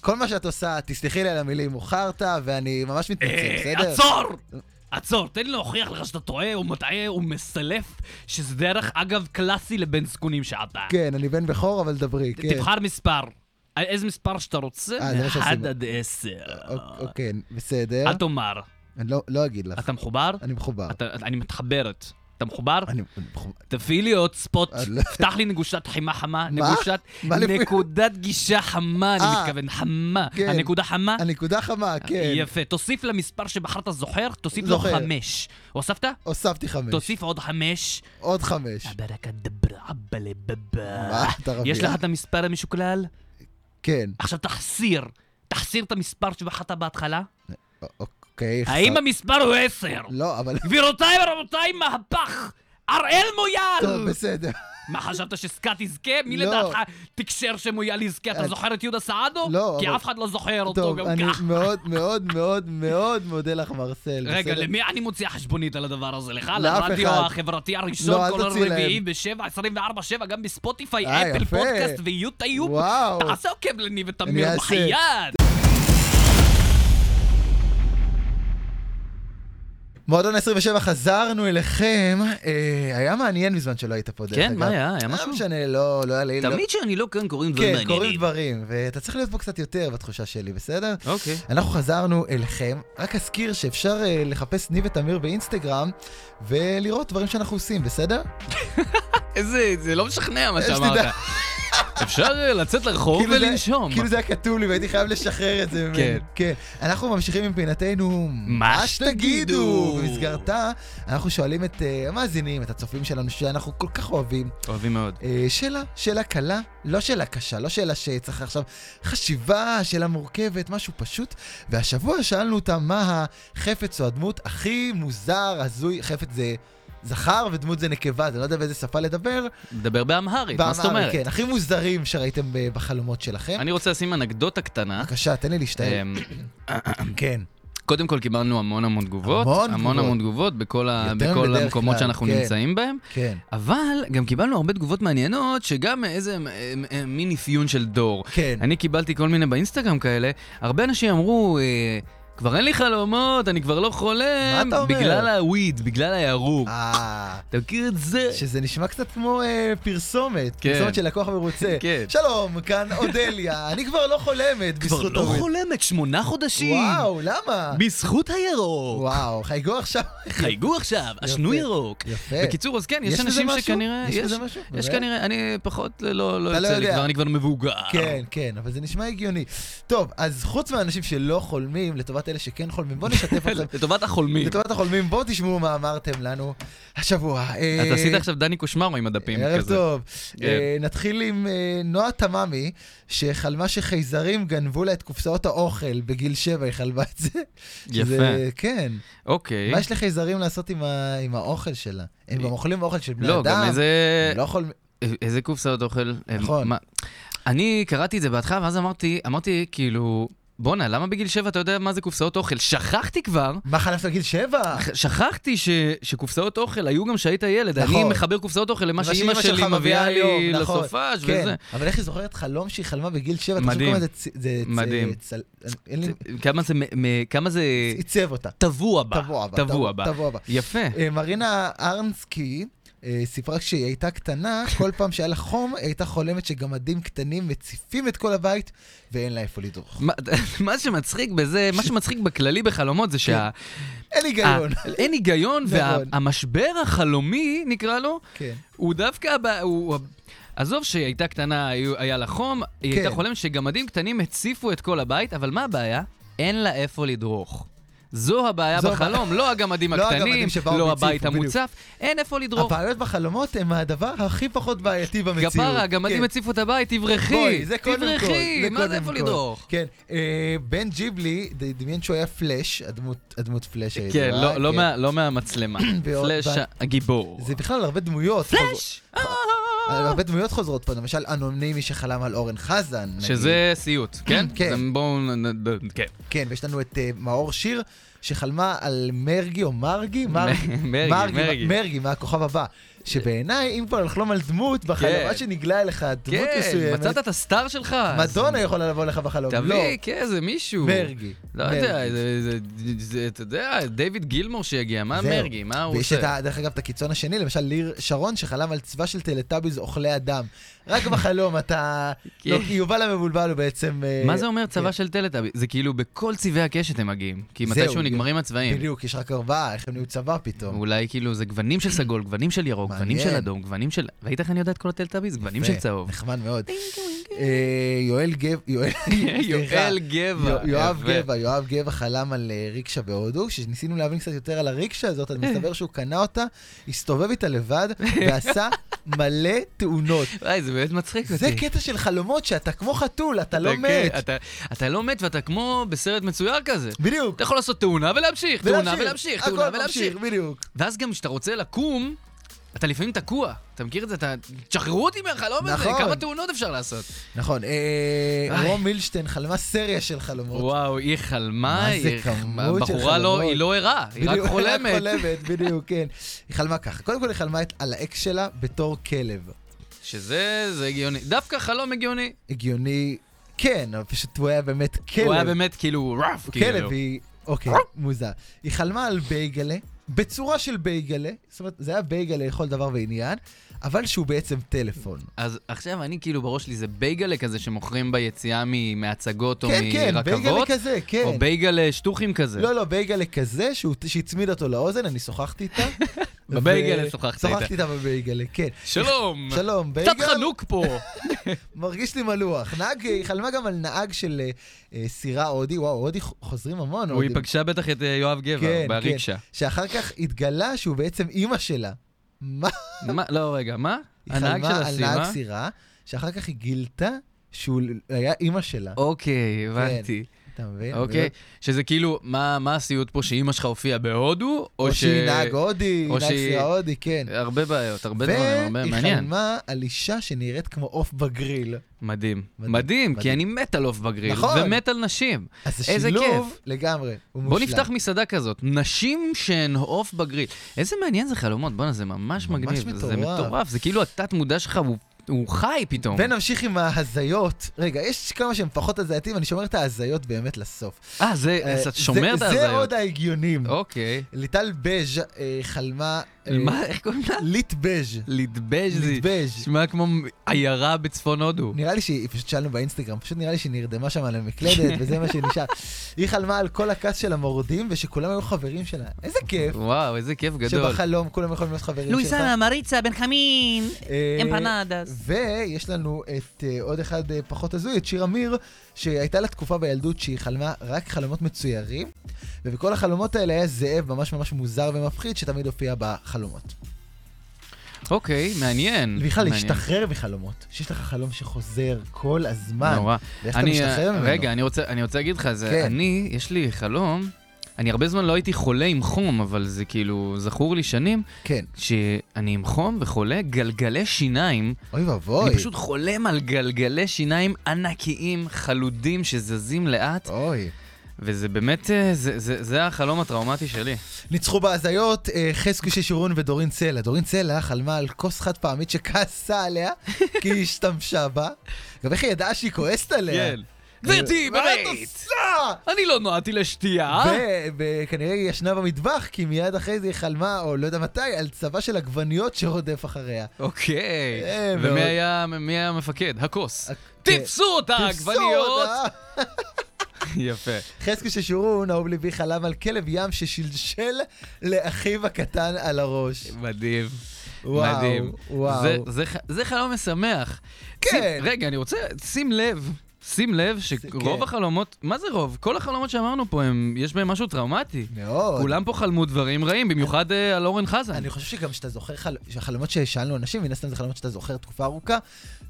Speaker 2: כל מה שאת עושה, תסלחי לי על המילים, הוכרת, ואני ממש מתנצל,
Speaker 5: אה,
Speaker 2: בסדר?
Speaker 5: עצור! עצור, תן לי להוכיח לך שאתה טועה, הוא מטעה, הוא מסלף, שזה דרך, אגב, קלאסי לבן זקונים שאתה.
Speaker 2: כן, אני בן בכור, אבל דברי, כן.
Speaker 5: תבחר מספר. איזה מספר שאתה רוצה,
Speaker 2: אה, זה מה שעושים. אה?
Speaker 5: מאחד עד עשר.
Speaker 2: אוק- אוקיי, בסדר.
Speaker 5: אל תאמר.
Speaker 2: אני לא- לא אגיד לך.
Speaker 5: אתה מחובר?
Speaker 2: אני מחובר.
Speaker 5: אתה- אני מתחברת. אתה מחובר?
Speaker 2: אני...
Speaker 5: תפעילי עוד ספוט,
Speaker 2: אה, לא.
Speaker 5: פתח לי נגושת חימה חמה,
Speaker 2: מה?
Speaker 5: נגושת,
Speaker 2: מה לפני-
Speaker 5: נקודת גישה חמה, אני
Speaker 2: אה,
Speaker 5: מתכוון, חמה.
Speaker 2: כן.
Speaker 5: הנקודה חמה?
Speaker 2: הנקודה חמה, כן.
Speaker 5: אה, יפה. תוסיף למספר שבחרת זוכר, תוסיף לו
Speaker 2: זוכר.
Speaker 5: חמש. הוספת?
Speaker 2: הוספתי חמש.
Speaker 5: תוסיף עוד חמש.
Speaker 2: עוד חמש.
Speaker 5: אברקדברה, אבלה בבה.
Speaker 2: מה, אוקיי. אתה רביע?
Speaker 5: אה, יש לך את המספר המשוקלל?
Speaker 2: כן.
Speaker 5: עכשיו תחסיר. תחסיר את המספר שבחרת בהתחלה.
Speaker 2: א- אוקיי.
Speaker 5: האם
Speaker 2: חס-
Speaker 5: המספר הוא עשר?
Speaker 2: לא, אבל...
Speaker 5: גבירותיי ורבותיי, מהפך! אראל
Speaker 2: טוב,
Speaker 5: מויאל!
Speaker 2: בסדר.
Speaker 5: מה חשבת שסקאט יזכה? מי
Speaker 2: לא.
Speaker 5: לדעתך תקשר שמויאל יזכה? אתה
Speaker 2: אה,
Speaker 5: זוכר את יהודה סעדו?
Speaker 2: לא,
Speaker 5: כי
Speaker 2: אבל-
Speaker 5: אף אחד לא זוכר אותו
Speaker 2: טוב,
Speaker 5: גם
Speaker 2: אני
Speaker 5: כך.
Speaker 2: מאוד מאוד מאוד מאוד מודה לך, מרסל.
Speaker 5: רגע,
Speaker 2: בסדר?
Speaker 5: למי אני מוציא חשבונית על הדבר הזה? לך?
Speaker 2: לאף
Speaker 5: לרדיו
Speaker 2: אחד.
Speaker 5: החברתי
Speaker 2: לא,
Speaker 5: הראשון,
Speaker 2: אל
Speaker 5: כל
Speaker 2: תוציא
Speaker 5: הרביעי
Speaker 2: להם.
Speaker 5: בשבע, 24-7, גם בספוטיפיי,
Speaker 2: אה,
Speaker 5: אפל
Speaker 2: יפה.
Speaker 5: פודקאסט ויוטיוב.
Speaker 2: וואו.
Speaker 5: תעשה עוקב לני
Speaker 2: אני
Speaker 5: ותמיר
Speaker 2: אעשה.
Speaker 5: בחייאת.
Speaker 2: מועדון 27, חזרנו אליכם. אה, היה מעניין בזמן שלא היית פה, דרך אגב.
Speaker 5: כן, מה היה? היה
Speaker 2: לא
Speaker 5: משהו?
Speaker 2: משנה, לא, לא היה לי... לא-
Speaker 5: תמיד שאני לא כאן קוראים דברים
Speaker 2: כן, קורים
Speaker 5: מעניינים.
Speaker 2: דברים, ואתה צריך להיות פה קצת יותר בתחושה שלי, בסדר?
Speaker 5: אוקיי.
Speaker 2: אנחנו חזרנו אליכם, רק אזכיר שאפשר אה, לחפש ניב ותמיר באינסטגרם ולראות דברים שאנחנו עושים, בסדר?
Speaker 3: איזה, זה לא משכנע מה
Speaker 2: אה,
Speaker 3: שאמרת.
Speaker 2: שתדע.
Speaker 3: אפשר אה, לצאת לרחוב
Speaker 2: זה-
Speaker 3: ולנשום.
Speaker 2: כאילו זה היה כתוב לי והייתי חייב לשחרר את זה ממנו.
Speaker 3: כן.
Speaker 2: כן. אנחנו ממשיכים עם פינתנו, מה שתגידו.
Speaker 3: שתגידו.
Speaker 2: במסגרתה, אנחנו שואלים את אה, המאזינים, את הצופים שלנו, שאנחנו כל כך אוהבים,
Speaker 3: אוהבים מאוד.
Speaker 2: אה, שאלה, שאלה קלה, לא שאלה קשה, לא שאלה שצריך עכשיו חשיבה, שאלה מורכבת, משהו פשוט. והשבוע שאלנו אותם מה החפץ או הדמות הכי מוזר, הזוי, חפץ זה זכר ודמות זה נקבה, אז אני לא יודע באיזה שפה לדבר.
Speaker 3: מדבר באמהרית, מה זאת
Speaker 2: באמהרית,
Speaker 3: אומרת?
Speaker 2: כן, הכי מוזרים שראיתם ב- בחלומות שלכם.
Speaker 3: אני רוצה לשים אנקדוטה קטנה.
Speaker 2: בבקשה, תן לי להשתער.
Speaker 3: אמ,
Speaker 2: כן.
Speaker 3: קודם כל קיבלנו המון המון תגובות,
Speaker 2: המון
Speaker 3: המון
Speaker 2: תגובות.
Speaker 3: המון תגובות בכל ה-
Speaker 2: יותר
Speaker 3: בכל
Speaker 2: מבדרך
Speaker 3: המקומות
Speaker 2: כלל,
Speaker 3: שאנחנו
Speaker 2: כן.
Speaker 3: נמצאים בהם,
Speaker 2: כן.
Speaker 3: אבל גם קיבלנו הרבה תגובות מעניינות, שגם איזה אה, אה, מין אפיון של דור.
Speaker 2: כן.
Speaker 3: אני קיבלתי כל מיני באינסטגרם כאלה, הרבה אנשים אמרו, אה, כבר אין לי חלומות, אני כבר לא חולם,
Speaker 2: מה אתה אומר?
Speaker 3: בגלל הוויד, בגלל היערור.
Speaker 2: אה,
Speaker 3: אתה מכיר את זה?
Speaker 2: שזה נשמע קצת כמו אה, פרסומת,
Speaker 3: כן.
Speaker 2: פרסומת של לקוח מרוצה.
Speaker 3: כן.
Speaker 2: שלום, כאן אודליה, אני כבר לא חולמת
Speaker 3: כבר
Speaker 2: בזכות
Speaker 3: לא
Speaker 2: הוויד.
Speaker 3: חולמת שמונה חודשים!
Speaker 2: וואו, למה?
Speaker 3: בזכות הירוק!
Speaker 2: וואו, חייגו עכשיו.
Speaker 3: חייגו עכשיו, עשנו ירוק!
Speaker 2: יפה.
Speaker 3: בקיצור, אז כן,
Speaker 2: יש
Speaker 3: יש
Speaker 2: בזה
Speaker 3: אנשים
Speaker 2: משהו?
Speaker 3: שכנראה...
Speaker 2: יש בזה משהו?
Speaker 3: יש
Speaker 2: באמת?
Speaker 3: כנראה, אני פחות, לא לא
Speaker 2: אתה לא
Speaker 3: יוצא לי
Speaker 2: יודע.
Speaker 3: כבר, אני כבר מבוגר.
Speaker 2: כן, כן, אבל זה נשמע הגיוני. טוב, אז חוץ מהאנשים שלא חולמים, לטובת אלה שכן חולמים, בואו נשתף אתכם.
Speaker 3: לטובת החולמים.
Speaker 2: לטובת החולמים, בואו תשמעו מה אמרתם לנו השבוע. אה,
Speaker 3: אתה עשית עכשיו דני קושמרו עם הדפים
Speaker 2: ערב
Speaker 3: כזה.
Speaker 2: טוב.
Speaker 3: כן.
Speaker 2: אה, נתחיל עם אה, נועה תממי, שחלמה שחייזרים גנבו לה את קופסאות האוכל בגיל שבע, היא חלמה את זה. שזה- כן.
Speaker 3: אוקיי.
Speaker 2: מה יש לחייזרים לעשות עם ה- עם האוכל שלה? הם גם אוכלים אוכל של בני אדם.
Speaker 3: לא, גם איזה...
Speaker 2: הם לא חולמים...
Speaker 3: איזה קופסאות אוכל. אה,
Speaker 2: נכון.
Speaker 3: מה- אני קראתי את זה בהתחלה, ואז אמרתי, אמרתי, כאילו, בואנה, למה בגיל שבע אתה יודע מה זה קופסאות אוכל? שכחתי כבר.
Speaker 2: מה חלמת בגיל שבע?
Speaker 3: שכחתי ש, שקופסאות אוכל היו גם כשהיית ילד.
Speaker 2: נכון.
Speaker 3: אני מחבר קופסאות אוכל למה
Speaker 2: מה
Speaker 3: שאימא
Speaker 2: שלך
Speaker 3: שלי מביאה לי
Speaker 2: נכון.
Speaker 3: לסופש
Speaker 2: כן,
Speaker 3: וזה.
Speaker 2: אבל איך היא זוכרת חלום שהיא חלמה בגיל שבע? אתה חושב
Speaker 3: מדהים.
Speaker 2: כמה זה צ- זה צ-
Speaker 3: מדהים.
Speaker 2: צל- אין לי...
Speaker 3: כמה זה, מ- מ- כמה זה
Speaker 2: עיצב אותה.
Speaker 3: טבוע בה.
Speaker 2: טבוע בה.
Speaker 3: טבוע בה.
Speaker 2: טבוע בה.
Speaker 3: יפה.
Speaker 2: אה, מרינה ארנסקי אה, סיפרה כשהיא הייתה קטנה, כל פעם שהיה לה חום, היא הייתה חולמת שגמדים קטנים מציפים את כל הבית ואין לה איפה לדרוך.
Speaker 3: מה- מה שמצחיק בזה, מה שמצחיק בכללי בחלומות זה שה... אה.
Speaker 2: אין היגיון.
Speaker 3: ה- אין היגיון,
Speaker 2: כן, נכון.
Speaker 3: והמשבר החלומי, נקרא לו,
Speaker 2: כן.
Speaker 3: הוא דווקא, ב- הוא... עזוב שהיא הייתה קטנה, היו- היה לה חום, היא
Speaker 2: כן.
Speaker 3: הייתה חולמת שגמדים קטנים הציפו את כל הבית, אבל מה הבעיה? אין לה איפה לדרוך. זו הבעיה
Speaker 2: זו
Speaker 3: בחלום, לא הגמדים
Speaker 2: לא
Speaker 3: הקטנים,
Speaker 2: הגמדים שבאו
Speaker 3: לא
Speaker 2: והציפו,
Speaker 3: הבית
Speaker 2: בדיוק.
Speaker 3: המוצף, אין איפה לדרוך.
Speaker 2: הבעיות בחלומות הן הדבר הכי פחות בעייתי במציאות.
Speaker 3: גפרה, הגמדים
Speaker 2: כן.
Speaker 3: הציפו את הבית, תברחי,
Speaker 2: בואי, זה קודם כל.
Speaker 3: תברחי, מה זה
Speaker 2: קודם
Speaker 3: איפה
Speaker 2: כל.
Speaker 3: לדרוך?
Speaker 2: כן. אה, בן ג'יבלי ד- דמיין שהוא היה פלאש, הדמות- הדמות פלאש הידועה.
Speaker 3: כן, לא- לא מה- לא מהמצלמה,
Speaker 2: ועוד
Speaker 3: פלאש
Speaker 2: ב-
Speaker 3: הגיבור.
Speaker 2: זה בכלל הרבה דמויות. חוזרות-
Speaker 3: פלאש!
Speaker 2: הרבה דמויות חוזרות פה, למשל אנונימי שחלם על אורן חזן. נגיד.
Speaker 3: שזה סיוט, כן?
Speaker 2: כן.
Speaker 3: זה- בואו... נ- נ- נ- כן.
Speaker 2: כן, ויש לנו את אה, מאור שיר, שחלמה על מרגי או מרגי? מרגי,
Speaker 3: מרגי, מרגי.
Speaker 2: מרגי, מהכוכב הבא. שבעיניי, אם כבר לחלום על דמות, בחלומה
Speaker 3: כן.
Speaker 2: שנגלה לך דמות
Speaker 3: כן,
Speaker 2: מסוימת,
Speaker 3: מצאת את הסטאר שלך? אז
Speaker 2: מדונה יכולה לבוא לך בחלום. לא,
Speaker 3: תביא, כן, איזה מישהו.
Speaker 2: מרגי.
Speaker 3: לא
Speaker 2: מרגי.
Speaker 3: יודע, זה- זה- זה- אתה יודע, דיוויד גילמור שיגיע, מה
Speaker 2: זהו.
Speaker 3: מרגי, מה הוא
Speaker 2: ויש את,
Speaker 3: עושה?
Speaker 2: ה- דרך אגב, את הקיצון השני, למשל ליר שרון, שחלם על צבא של טלטאביז אוכלי אדם. רק בחלום אתה... לא, כי יובל המבולבל הוא בעצם... אה,
Speaker 3: כן. מה זה אומר צבא
Speaker 2: כן.
Speaker 3: של טלטאבי? זה כאילו בכל צבעי הקשת הם מגיעים, כי
Speaker 2: זהו,
Speaker 3: מתישהו
Speaker 2: כן.
Speaker 3: נגמרים הצבעים.
Speaker 2: בדיוק, יש רק ארבעה, איך הם נהיו צבא פתאום.
Speaker 3: אולי כאילו זה גוונים של סגול, גוונים של ירוק, גוונים של
Speaker 2: מעניין.
Speaker 3: אדום, גוונים של... ראית איך אני יודע את כל הטלטאבי? זה גוונים של
Speaker 2: יפה,
Speaker 3: צהוב.
Speaker 2: נחמד מאוד. אה, יואל גב... יואל... סליחה.
Speaker 3: יואל גבע.
Speaker 2: יו- יואב
Speaker 3: יפה.
Speaker 2: גבע, יואב גבע חלם על אה, ריקשה בהודו, כשניסינו להבין קצת יותר על הריקשה הזאת, אז מסתבר שהוא קנה אותה, הסתובב איתה לבד, ועשה מלא תאונות.
Speaker 3: וואי, זה באמת מצחיק אותי.
Speaker 2: זה קטע של חלומות שאתה כמו חתול, אתה לא
Speaker 3: כן,
Speaker 2: מת.
Speaker 3: אתה- אתה לא מת ואתה כמו בסרט מצויר כזה.
Speaker 2: בדיוק.
Speaker 3: אתה יכול לעשות תאונה ולהמשיך, תאונה ולהמשיך, תאונה
Speaker 2: הכל
Speaker 3: ולהמשיך.
Speaker 2: ממשיך, בדיוק.
Speaker 3: ואז גם כשאתה רוצה לקום, אתה לפעמים תקוע. אתה מכיר את זה? אתה... תשחררו אותי לא מהחלום הזה,
Speaker 2: נכון.
Speaker 3: כמה תאונות אפשר לעשות?
Speaker 2: נכון, אה,
Speaker 3: איי.
Speaker 2: רום מילשטיין חלמה סריה של חלומות.
Speaker 3: וואו, היא חלמה,
Speaker 2: נכון. מה זה
Speaker 3: היא-
Speaker 2: כמות של
Speaker 3: הבחורה לא-
Speaker 2: חלומות.
Speaker 3: היא לא ערה, היא רק
Speaker 2: בדיוק, רק
Speaker 3: חולמת.
Speaker 2: חולמת, בדיוק, כן. היא חלמה ככה. קודם כל היא חלמה את- על האקס שלה בתור כלב.
Speaker 3: שזה, זה הגיוני. דווקא חלום הגיוני.
Speaker 2: הגיוני, כן, אבל פשוט הוא היה באמת כלב.
Speaker 3: הוא היה באמת כאילו רף,
Speaker 2: הוא
Speaker 3: כאילו.
Speaker 2: כלב, היא... אוקיי, מוזר. היא חלמה על בייגלה, בצורה של בייגלה, זאת אומרת, זה היה בייגלה לכל דבר ועניין, אבל שהוא בעצם טלפון.
Speaker 3: אז עכשיו אני כאילו בראש שלי זה בייגלה כזה שמוכרים ביציאה מ- מהצגות או
Speaker 2: כן, כן, בייגלה
Speaker 3: מרכבות,
Speaker 2: כזה, כן.
Speaker 3: או בייגלה שטוחים כזה.
Speaker 2: לא, לא, בייגלה כזה, שהוא- שהצמיד אותו לאוזן, אני שוחחתי איתה.
Speaker 3: בבייגלה
Speaker 2: ו-
Speaker 3: שוחחת
Speaker 2: שוחחתי איתה בבייגלה, כן.
Speaker 3: שלום,
Speaker 2: שלום, לא בייגל.
Speaker 3: קצת חנוק פה.
Speaker 2: מרגיש לי מלוח. נהג, אה, היא חלמה גם על נהג של אה, אה, סירה הודי, וואו, הודי ח- חוזרים המון.
Speaker 3: הוא
Speaker 2: הודים.
Speaker 3: פגשה בטח את אה, יואב גבע,
Speaker 2: כן,
Speaker 3: בריקשה.
Speaker 2: שאחר כך התגלה שהוא בעצם אימא שלה. מה?
Speaker 3: מה? לא, רגע, מה?
Speaker 2: היא
Speaker 3: הנהג של
Speaker 2: חלמה על נהג
Speaker 3: הסימה?
Speaker 2: סירה, שאחר כך היא גילתה שהוא היה אימא שלה.
Speaker 3: אוקיי, הבנתי.
Speaker 2: אתה מבין?
Speaker 3: אוקיי, שזה כאילו, מה מה הסיוט פה שאימא שלך הופיעה בהודו,
Speaker 2: או
Speaker 3: או ש...
Speaker 2: שהיא נהג הודי,
Speaker 3: או
Speaker 2: נהג
Speaker 3: שהיא-
Speaker 2: סירה הודי, כן.
Speaker 3: הרבה בעיות, הרבה דברים, הרבה
Speaker 2: והיא
Speaker 3: מעניין.
Speaker 2: חלמה על אישה שנראית כמו עוף בגריל.
Speaker 3: מדהים.
Speaker 2: מדהים,
Speaker 3: מדהים, כי
Speaker 2: מדהים.
Speaker 3: אני מת על עוף בגריל,
Speaker 2: נכון.
Speaker 3: ומת על נשים.
Speaker 2: אז זה
Speaker 3: איזה
Speaker 2: שילוב
Speaker 3: כיף.
Speaker 2: לגמרי, הוא
Speaker 3: בוא
Speaker 2: מושלם.
Speaker 3: נפתח מסעדה כזאת, נשים שהן עוף בגריל. איזה מעניין זה חלומות, בואנה, זה
Speaker 2: ממש
Speaker 3: ממש מגניב. זה
Speaker 2: מטורף.
Speaker 3: מטורף, זה כאילו התת-מודע שלך הוא- הוא חי פתאום.
Speaker 2: ונמשיך עם ההזיות. רגע, יש כמה שהם פחות הזייתיים, אני שומר את ההזיות באמת לסוף.
Speaker 3: אה, זה, אז את
Speaker 2: אה,
Speaker 3: שומר
Speaker 2: זה-
Speaker 3: את
Speaker 2: זה
Speaker 3: ההזיות.
Speaker 2: עוד ההגיונים.
Speaker 3: אוקיי.
Speaker 2: ליטל בז' אה, חלמה... אה,
Speaker 3: מה, איך קוראים לה?
Speaker 2: ליט בז'.
Speaker 3: ליטבז' זה
Speaker 2: ליט בז'.
Speaker 3: נשמע כמו עיירה בצפון הודו.
Speaker 2: נראה לי שהיא, פשוט שאלנו באינסטגרם, פשוט נראה לי שהיא נרדמה שם על המקלדת, וזה מה שנשאר. היא חלמה על כל הכס של המורדים, ושכולם היו חברים שלה. איזה כיף.
Speaker 3: וואו, איזה כיף גדול.
Speaker 2: שבחלום כולם יכולים להיות חברים שלך.
Speaker 6: לואיסנה, מריצה, בן חמין,
Speaker 2: אה,
Speaker 6: אמפנדס.
Speaker 2: ויש לנו את אה, עוד אחד אה, פחות הזוי, את שיר אמיר, שהייתה לה תקופה בילדות שהיא חלמה רק חלומות מצוירים, ובכל החלומות האלה היה זאב ממש ממש מוזר ומפחיד, שתמיד הופיע בחלומות.
Speaker 3: אוקיי, מעניין.
Speaker 2: ובכלל,
Speaker 3: מעניין.
Speaker 2: להשתחרר מחלומות, שיש לך חלום שחוזר כל הזמן,
Speaker 3: נורא.
Speaker 2: ואיך אתה
Speaker 3: אני,
Speaker 2: משתחרר ממנו.
Speaker 3: רגע, אני רוצה, אני רוצה להגיד לך, זה,
Speaker 2: כן.
Speaker 3: אני, יש לי חלום, אני הרבה זמן לא הייתי חולה עם חום, אבל זה כאילו, זכור לי שנים,
Speaker 2: כן,
Speaker 3: שאני עם חום וחולה גלגלי שיניים.
Speaker 2: אוי ואבוי.
Speaker 3: אני פשוט חולם על גלגלי שיניים ענקיים, חלודים, שזזים לאט,
Speaker 2: אוי.
Speaker 3: וזה באמת, אה, זה, זה, זה החלום הטראומטי שלי.
Speaker 2: ניצחו בהזיות אה, חזקי ששורון ודורין סלע. דורין סלע חלמה על כוס חד פעמית שכעסה עליה, כי היא השתמשה בה. גם איך היא ידעה שהיא כועסת
Speaker 3: כן.
Speaker 2: עליה?
Speaker 3: גברתי,
Speaker 2: מה את
Speaker 3: באמת!
Speaker 2: עושה?
Speaker 3: אני לא נועדתי לשתייה.
Speaker 2: ו- וכנראה היא ישנה במטבח, כי מיד אחרי זה היא חלמה, או לא יודע מתי, על צבא של עגבניות שרודף אחריה.
Speaker 3: אוקיי.
Speaker 2: אה, מאוד.
Speaker 3: ומי היה, מי היה המפקד? הכוס.
Speaker 2: אה,
Speaker 3: תפסו אותה,
Speaker 2: תפסו
Speaker 3: עגבניות!
Speaker 2: אותה.
Speaker 3: יפה.
Speaker 2: חזקי ששורון, אהוב ליבי, חלם על כלב ים ששלשל לאחיו הקטן על הראש.
Speaker 3: מדהים.
Speaker 2: וואו,
Speaker 3: מדהים.
Speaker 2: וואו.
Speaker 3: זה, זה, ח- זה חלום משמח.
Speaker 2: כן.
Speaker 3: שים, רגע, אני רוצה, שים לב, שים לב שרוב
Speaker 2: כן.
Speaker 3: החלומות, מה זה רוב? כל החלומות שאמרנו פה, הם, יש בהם משהו טראומטי.
Speaker 2: מאוד.
Speaker 3: כולם פה חלמו דברים רעים, במיוחד אה, על אורן חזן.
Speaker 2: אני חושב שגם כשאתה זוכר, חל... שהחלומות ששאלנו אנשים, מן הסתם זה חלומות שאתה זוכר תקופה ארוכה,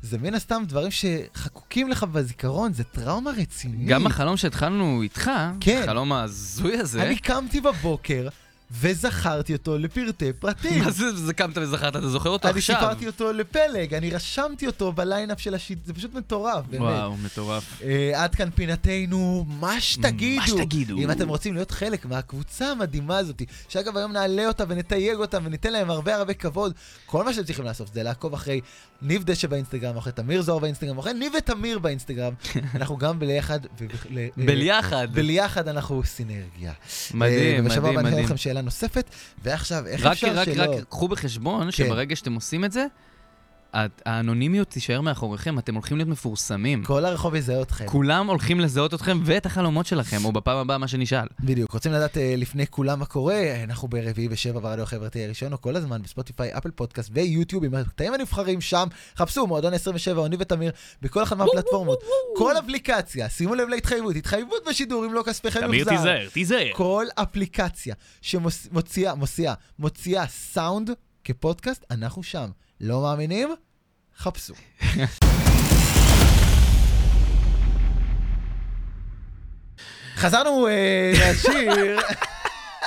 Speaker 2: זה מן הסתם דברים שחקוקים לך בזיכרון, זה טראומה רצינית.
Speaker 3: גם החלום שהתחלנו איתך,
Speaker 2: כן.
Speaker 3: החלום ההזוי הזה,
Speaker 2: אני קמתי בבוקר וזכרתי אותו לפרטי פרטים.
Speaker 3: מה זה, זה קמת וזכרת, אתה זוכר אותו
Speaker 2: אני
Speaker 3: עכשיו?
Speaker 2: שיפרתי אותו לפלג, אני רשמתי אותו בליינאפ של השיט, זה פשוט מטורף, באמת.
Speaker 3: וואו, מטורף.
Speaker 2: אה, עד כאן פינתנו, מה שתגידו.
Speaker 5: מה שתגידו.
Speaker 2: אם אתם רוצים להיות חלק מהקבוצה המדהימה הזאת, שאגב היום נעלה אותה ונתייג אותה וניתן להם הרבה הרבה כבוד, כל מה שאתם צריכים לעשות זה לעקוב אחרי ניב דשא באינסטגרם, אחרי תמיר זוהר באינסטגרם, אחרי ניב ותמיר באינסטגררם. אנחנו גם ביחד. אה,
Speaker 3: בליחד.
Speaker 2: ביחד אנחנו סינרגיה. אה,
Speaker 3: מדהים,
Speaker 2: ובשבוע
Speaker 3: מדהים,
Speaker 2: הבא אני אתן
Speaker 3: מדהים.
Speaker 2: לכם שאלה נוספת, ועכשיו, איך
Speaker 3: רק,
Speaker 2: אפשר
Speaker 3: רק,
Speaker 2: שלא? כן.
Speaker 3: רק, קחו בחשבון שברגע שאתם עושים את זה, את- האנונימיות תישאר מאחוריכם, אתם הולכים להיות מפורסמים.
Speaker 2: כל הרחוב יזהה אתכם.
Speaker 3: כולם הולכים לזהות אתכם ואת החלומות שלכם, או בפעם הבאה מה שנשאל.
Speaker 2: בדיוק, רוצים לדעת אה, לפני כולם מה קורה, אנחנו ברביעי בשבע ברדיו החברתי הראשון, או כל הזמן בספוטיפיי, אפל פודקאסט ויוטיוב, עם הקטעים הנבחרים שם, חפשו מועדון 27, עוני ותמיר, בכל אחת מהפלטפורמות. כל אפליקציה, שימו לב להתחייבות, התחייבות בשידור אם לא כספיכם יוחזר.
Speaker 5: תמיר, תיזהר, תיזהר.
Speaker 2: כל אפליקציה שמוציאה, מוציאה, מוציאה סאונד כפודקאסט, אנחנו שם. לא מאמינים? חפשו. חזרנו אה, לשיר,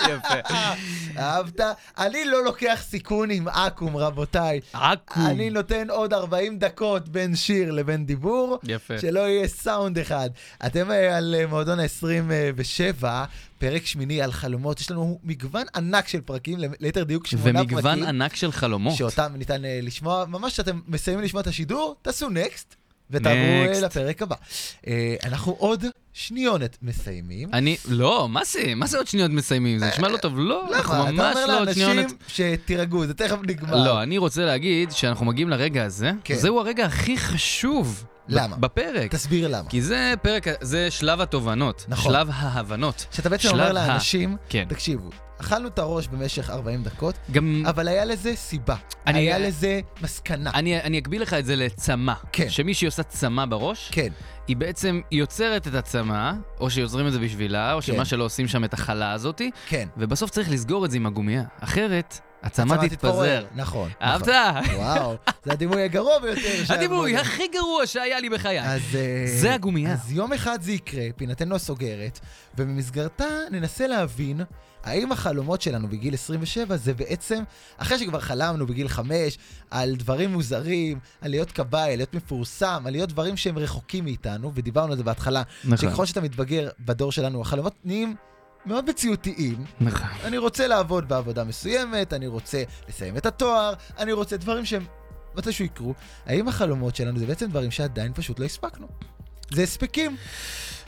Speaker 3: יפה.
Speaker 2: אהבת? אני לא לוקח סיכון עם אקו"ם, רבותיי.
Speaker 5: עכו"ם.
Speaker 2: אני לא- נותן עוד 40 דקות בין שיר לבין דיבור.
Speaker 3: יפה.
Speaker 2: שלא יהיה סאונד אחד. אתם אה, על אה, מועדון ה-27, פרק שמיני על חלומות. יש לנו מגוון ענק של פרקים, ל- ליתר דיוק שמונה פרקים.
Speaker 3: ומגוון ענק של חלומות.
Speaker 2: שאותם ניתן אה, לשמוע, ממש כשאתם מסיימים לשמוע את השידור, תעשו נקסט, ותעברו אה,
Speaker 3: Next.
Speaker 2: לפרק הבא. אה, אנחנו עוד שניונת מסיימים.
Speaker 3: אני, לא, מה זה? מה זה עוד שניות מסיימים? זה נשמע לא טוב. לא, אנחנו
Speaker 2: למה? אתה
Speaker 3: ממש
Speaker 2: אומר
Speaker 3: לא עוד שניות.
Speaker 2: לאנשים שתירגעו, זה תכף נגמר.
Speaker 3: לא, אני רוצה להגיד שאנחנו מגיעים לרגע הזה.
Speaker 2: כן.
Speaker 3: זהו הרגע הכי חשוב.
Speaker 2: למה?
Speaker 3: בפרק.
Speaker 2: תסביר למה.
Speaker 3: כי זה פרק, זה שלב התובנות.
Speaker 2: נכון.
Speaker 3: שלב ההבנות.
Speaker 2: שאתה בעצם
Speaker 3: שלב
Speaker 2: אומר
Speaker 3: ה-
Speaker 2: לאנשים,
Speaker 3: כן.
Speaker 2: תקשיבו, אכלנו את הראש במשך 40 דקות,
Speaker 3: גם
Speaker 2: אבל היה לזה סיבה.
Speaker 3: אני-
Speaker 2: היה לזה מסקנה.
Speaker 3: אני, אני אקביל לך את זה לצמא.
Speaker 2: כן.
Speaker 3: שמי שעושה צמא בראש,
Speaker 2: כן,
Speaker 3: היא בעצם יוצרת את הצמא, או שיוצרים את זה בשבילה, או
Speaker 2: כן.
Speaker 3: שמה שלא עושים שם את החלה הזאתי,
Speaker 2: כן.
Speaker 3: ובסוף צריך לסגור את זה עם הגומייה. אחרת, הצמא
Speaker 2: צמא
Speaker 3: תתפזר.
Speaker 2: נכון.
Speaker 3: אהבת?
Speaker 2: נכון. וואו, זה הדימוי הגרוע ביותר. שהיה
Speaker 3: הדימוי
Speaker 2: בו.
Speaker 3: הכי גרוע שהיה לי בחיי.
Speaker 2: אז... אה,
Speaker 3: זה הגומייה.
Speaker 2: אז יום אחד זה יקרה, פינתנו הסוגרת, ובמסגרתה ננסה להבין האם החלומות שלנו בגיל 27 זה בעצם, אחרי שכבר חלמנו בגיל 5 על דברים מוזרים, על להיות כבאי, על להיות מפורסם, על להיות דברים שהם רחוקים מאיתנו, ודיברנו על זה בהתחלה,
Speaker 3: נכון,
Speaker 2: שככל שאתה מתבגר בדור שלנו, החלומות נהיים מאוד מציאותיים.
Speaker 3: נכון.
Speaker 2: אני רוצה לעבוד בעבודה מסוימת, אני רוצה לסיים את התואר, אני רוצה דברים שהם מתישהו יקרו. האם החלומות שלנו זה בעצם דברים שעדיין פשוט לא הספקנו? זה הספקים.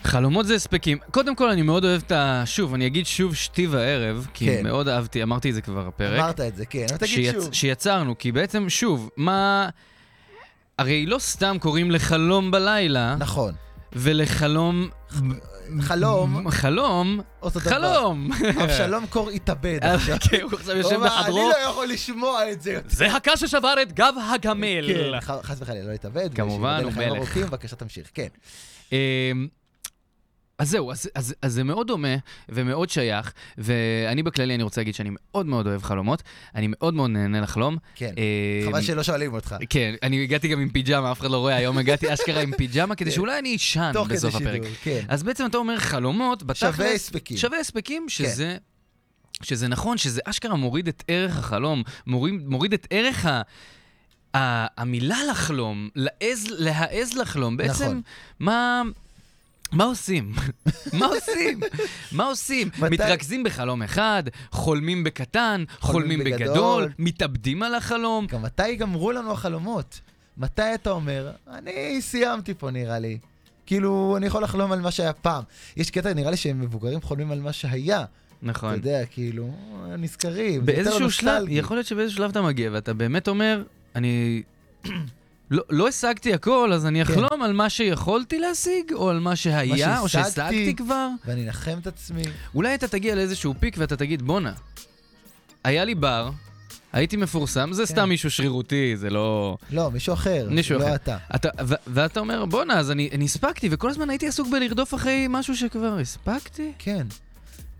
Speaker 3: חלומות זה הספקים. קודם כל, אני מאוד אוהב את ה... שוב, אני אגיד שוב שתי וערב, כי
Speaker 2: כן.
Speaker 3: מאוד אהבתי, אמרתי את זה כבר הפרק.
Speaker 2: אמרת את זה, כן, אבל תגיד שוב.
Speaker 3: שיצרנו, כי בעצם, שוב, מה... הרי לא סתם קוראים לחלום בלילה,
Speaker 2: נכון.
Speaker 3: ולחלום...
Speaker 2: חלום,
Speaker 3: חלום?
Speaker 2: אותו דבר.
Speaker 3: חלום!
Speaker 2: אבשלום קור התאבד עכשיו.
Speaker 3: כן, הוא עכשיו יושב
Speaker 2: הוא אמר,
Speaker 3: בחדרו.
Speaker 2: אני לא יכול לשמוע את זה.
Speaker 5: זה הקש ששבר את גב הגמל.
Speaker 2: כן, ח- חס וחלילה, לא התאבד.
Speaker 3: כמובן,
Speaker 2: ושיבדל
Speaker 3: הוא
Speaker 2: לחיים
Speaker 3: מלך.
Speaker 2: ארוכים, בבקשה תמשיך, כן.
Speaker 3: אמ, אז זהו, אז, אז, אז זה מאוד דומה ומאוד שייך, ואני בכללי, אני רוצה להגיד שאני מאוד מאוד אוהב חלומות, אני מאוד מאוד נהנה לחלום.
Speaker 2: כן.
Speaker 3: אמ,
Speaker 2: חבל שלא שואלים אותך.
Speaker 3: כן, אני הגעתי גם עם פיג'מה, אף אחד לא רואה, היום הגעתי אשכרה עם פיג'מה, כדי שאולי אני אשן
Speaker 2: כן. תוך כדי
Speaker 3: בסוף הפרק.
Speaker 2: שידור, כן.
Speaker 3: אז בעצם אתה אומר חלומות, בתכלס...
Speaker 2: שווה הספקים. כן.
Speaker 3: שווה הספקים, שזה... שזה נכון, שזה אשכרה מוריד את ערך החלום, מוריד, מוריד את ערך ה, ה, המילה לחלום, לעז, להעז לחלום. בעצם,
Speaker 2: נכון.
Speaker 3: מה, מה עושים? מה עושים? מה עושים?
Speaker 2: מתי-
Speaker 3: מתרכזים בחלום אחד, חולמים בקטן,
Speaker 2: חולמים
Speaker 3: חולמים
Speaker 2: בגדול.
Speaker 3: בגדול, מתאבדים על החלום.
Speaker 2: גם מתי ייגמרו לנו החלומות? מתי אתה אומר, אני סיימתי פה נראה לי. כאילו, אני יכול לחלום על מה שהיה פעם. יש קטע, נראה לי שמבוגרים חולמים על מה שהיה. אתה
Speaker 3: נכון.
Speaker 2: יודע, כאילו, נזכרים. זה יותר
Speaker 3: באיזשהו שלב,
Speaker 2: נוסטלגי.
Speaker 3: יכול להיות שבאיזשהו שלב אתה מגיע ואתה באמת אומר, אני לא, לא השגתי הכל, אז אני
Speaker 2: כן.
Speaker 3: אחלום על מה שיכולתי להשיג, או על מה שהיה, או
Speaker 2: שהשגתי.
Speaker 3: שהשגתי כבר.
Speaker 2: ואני אנחם את עצמי.
Speaker 3: אולי אתה תגיע לאיזשהו פיק ואתה תגיד, בואנה, היה לי בר, הייתי מפורסם, זה
Speaker 2: כן.
Speaker 3: סתם מישהו שרירותי, זה לא...
Speaker 2: לא, מישהו אחר.
Speaker 3: מישהו
Speaker 2: לא
Speaker 3: אחר.
Speaker 2: אתה.
Speaker 3: אתה, ו- ואתה אומר, בואנה, אז אני, אני הספקתי, וכל הזמן הייתי עסוק בלרדוף אחרי משהו שכבר הספקתי.
Speaker 2: כן.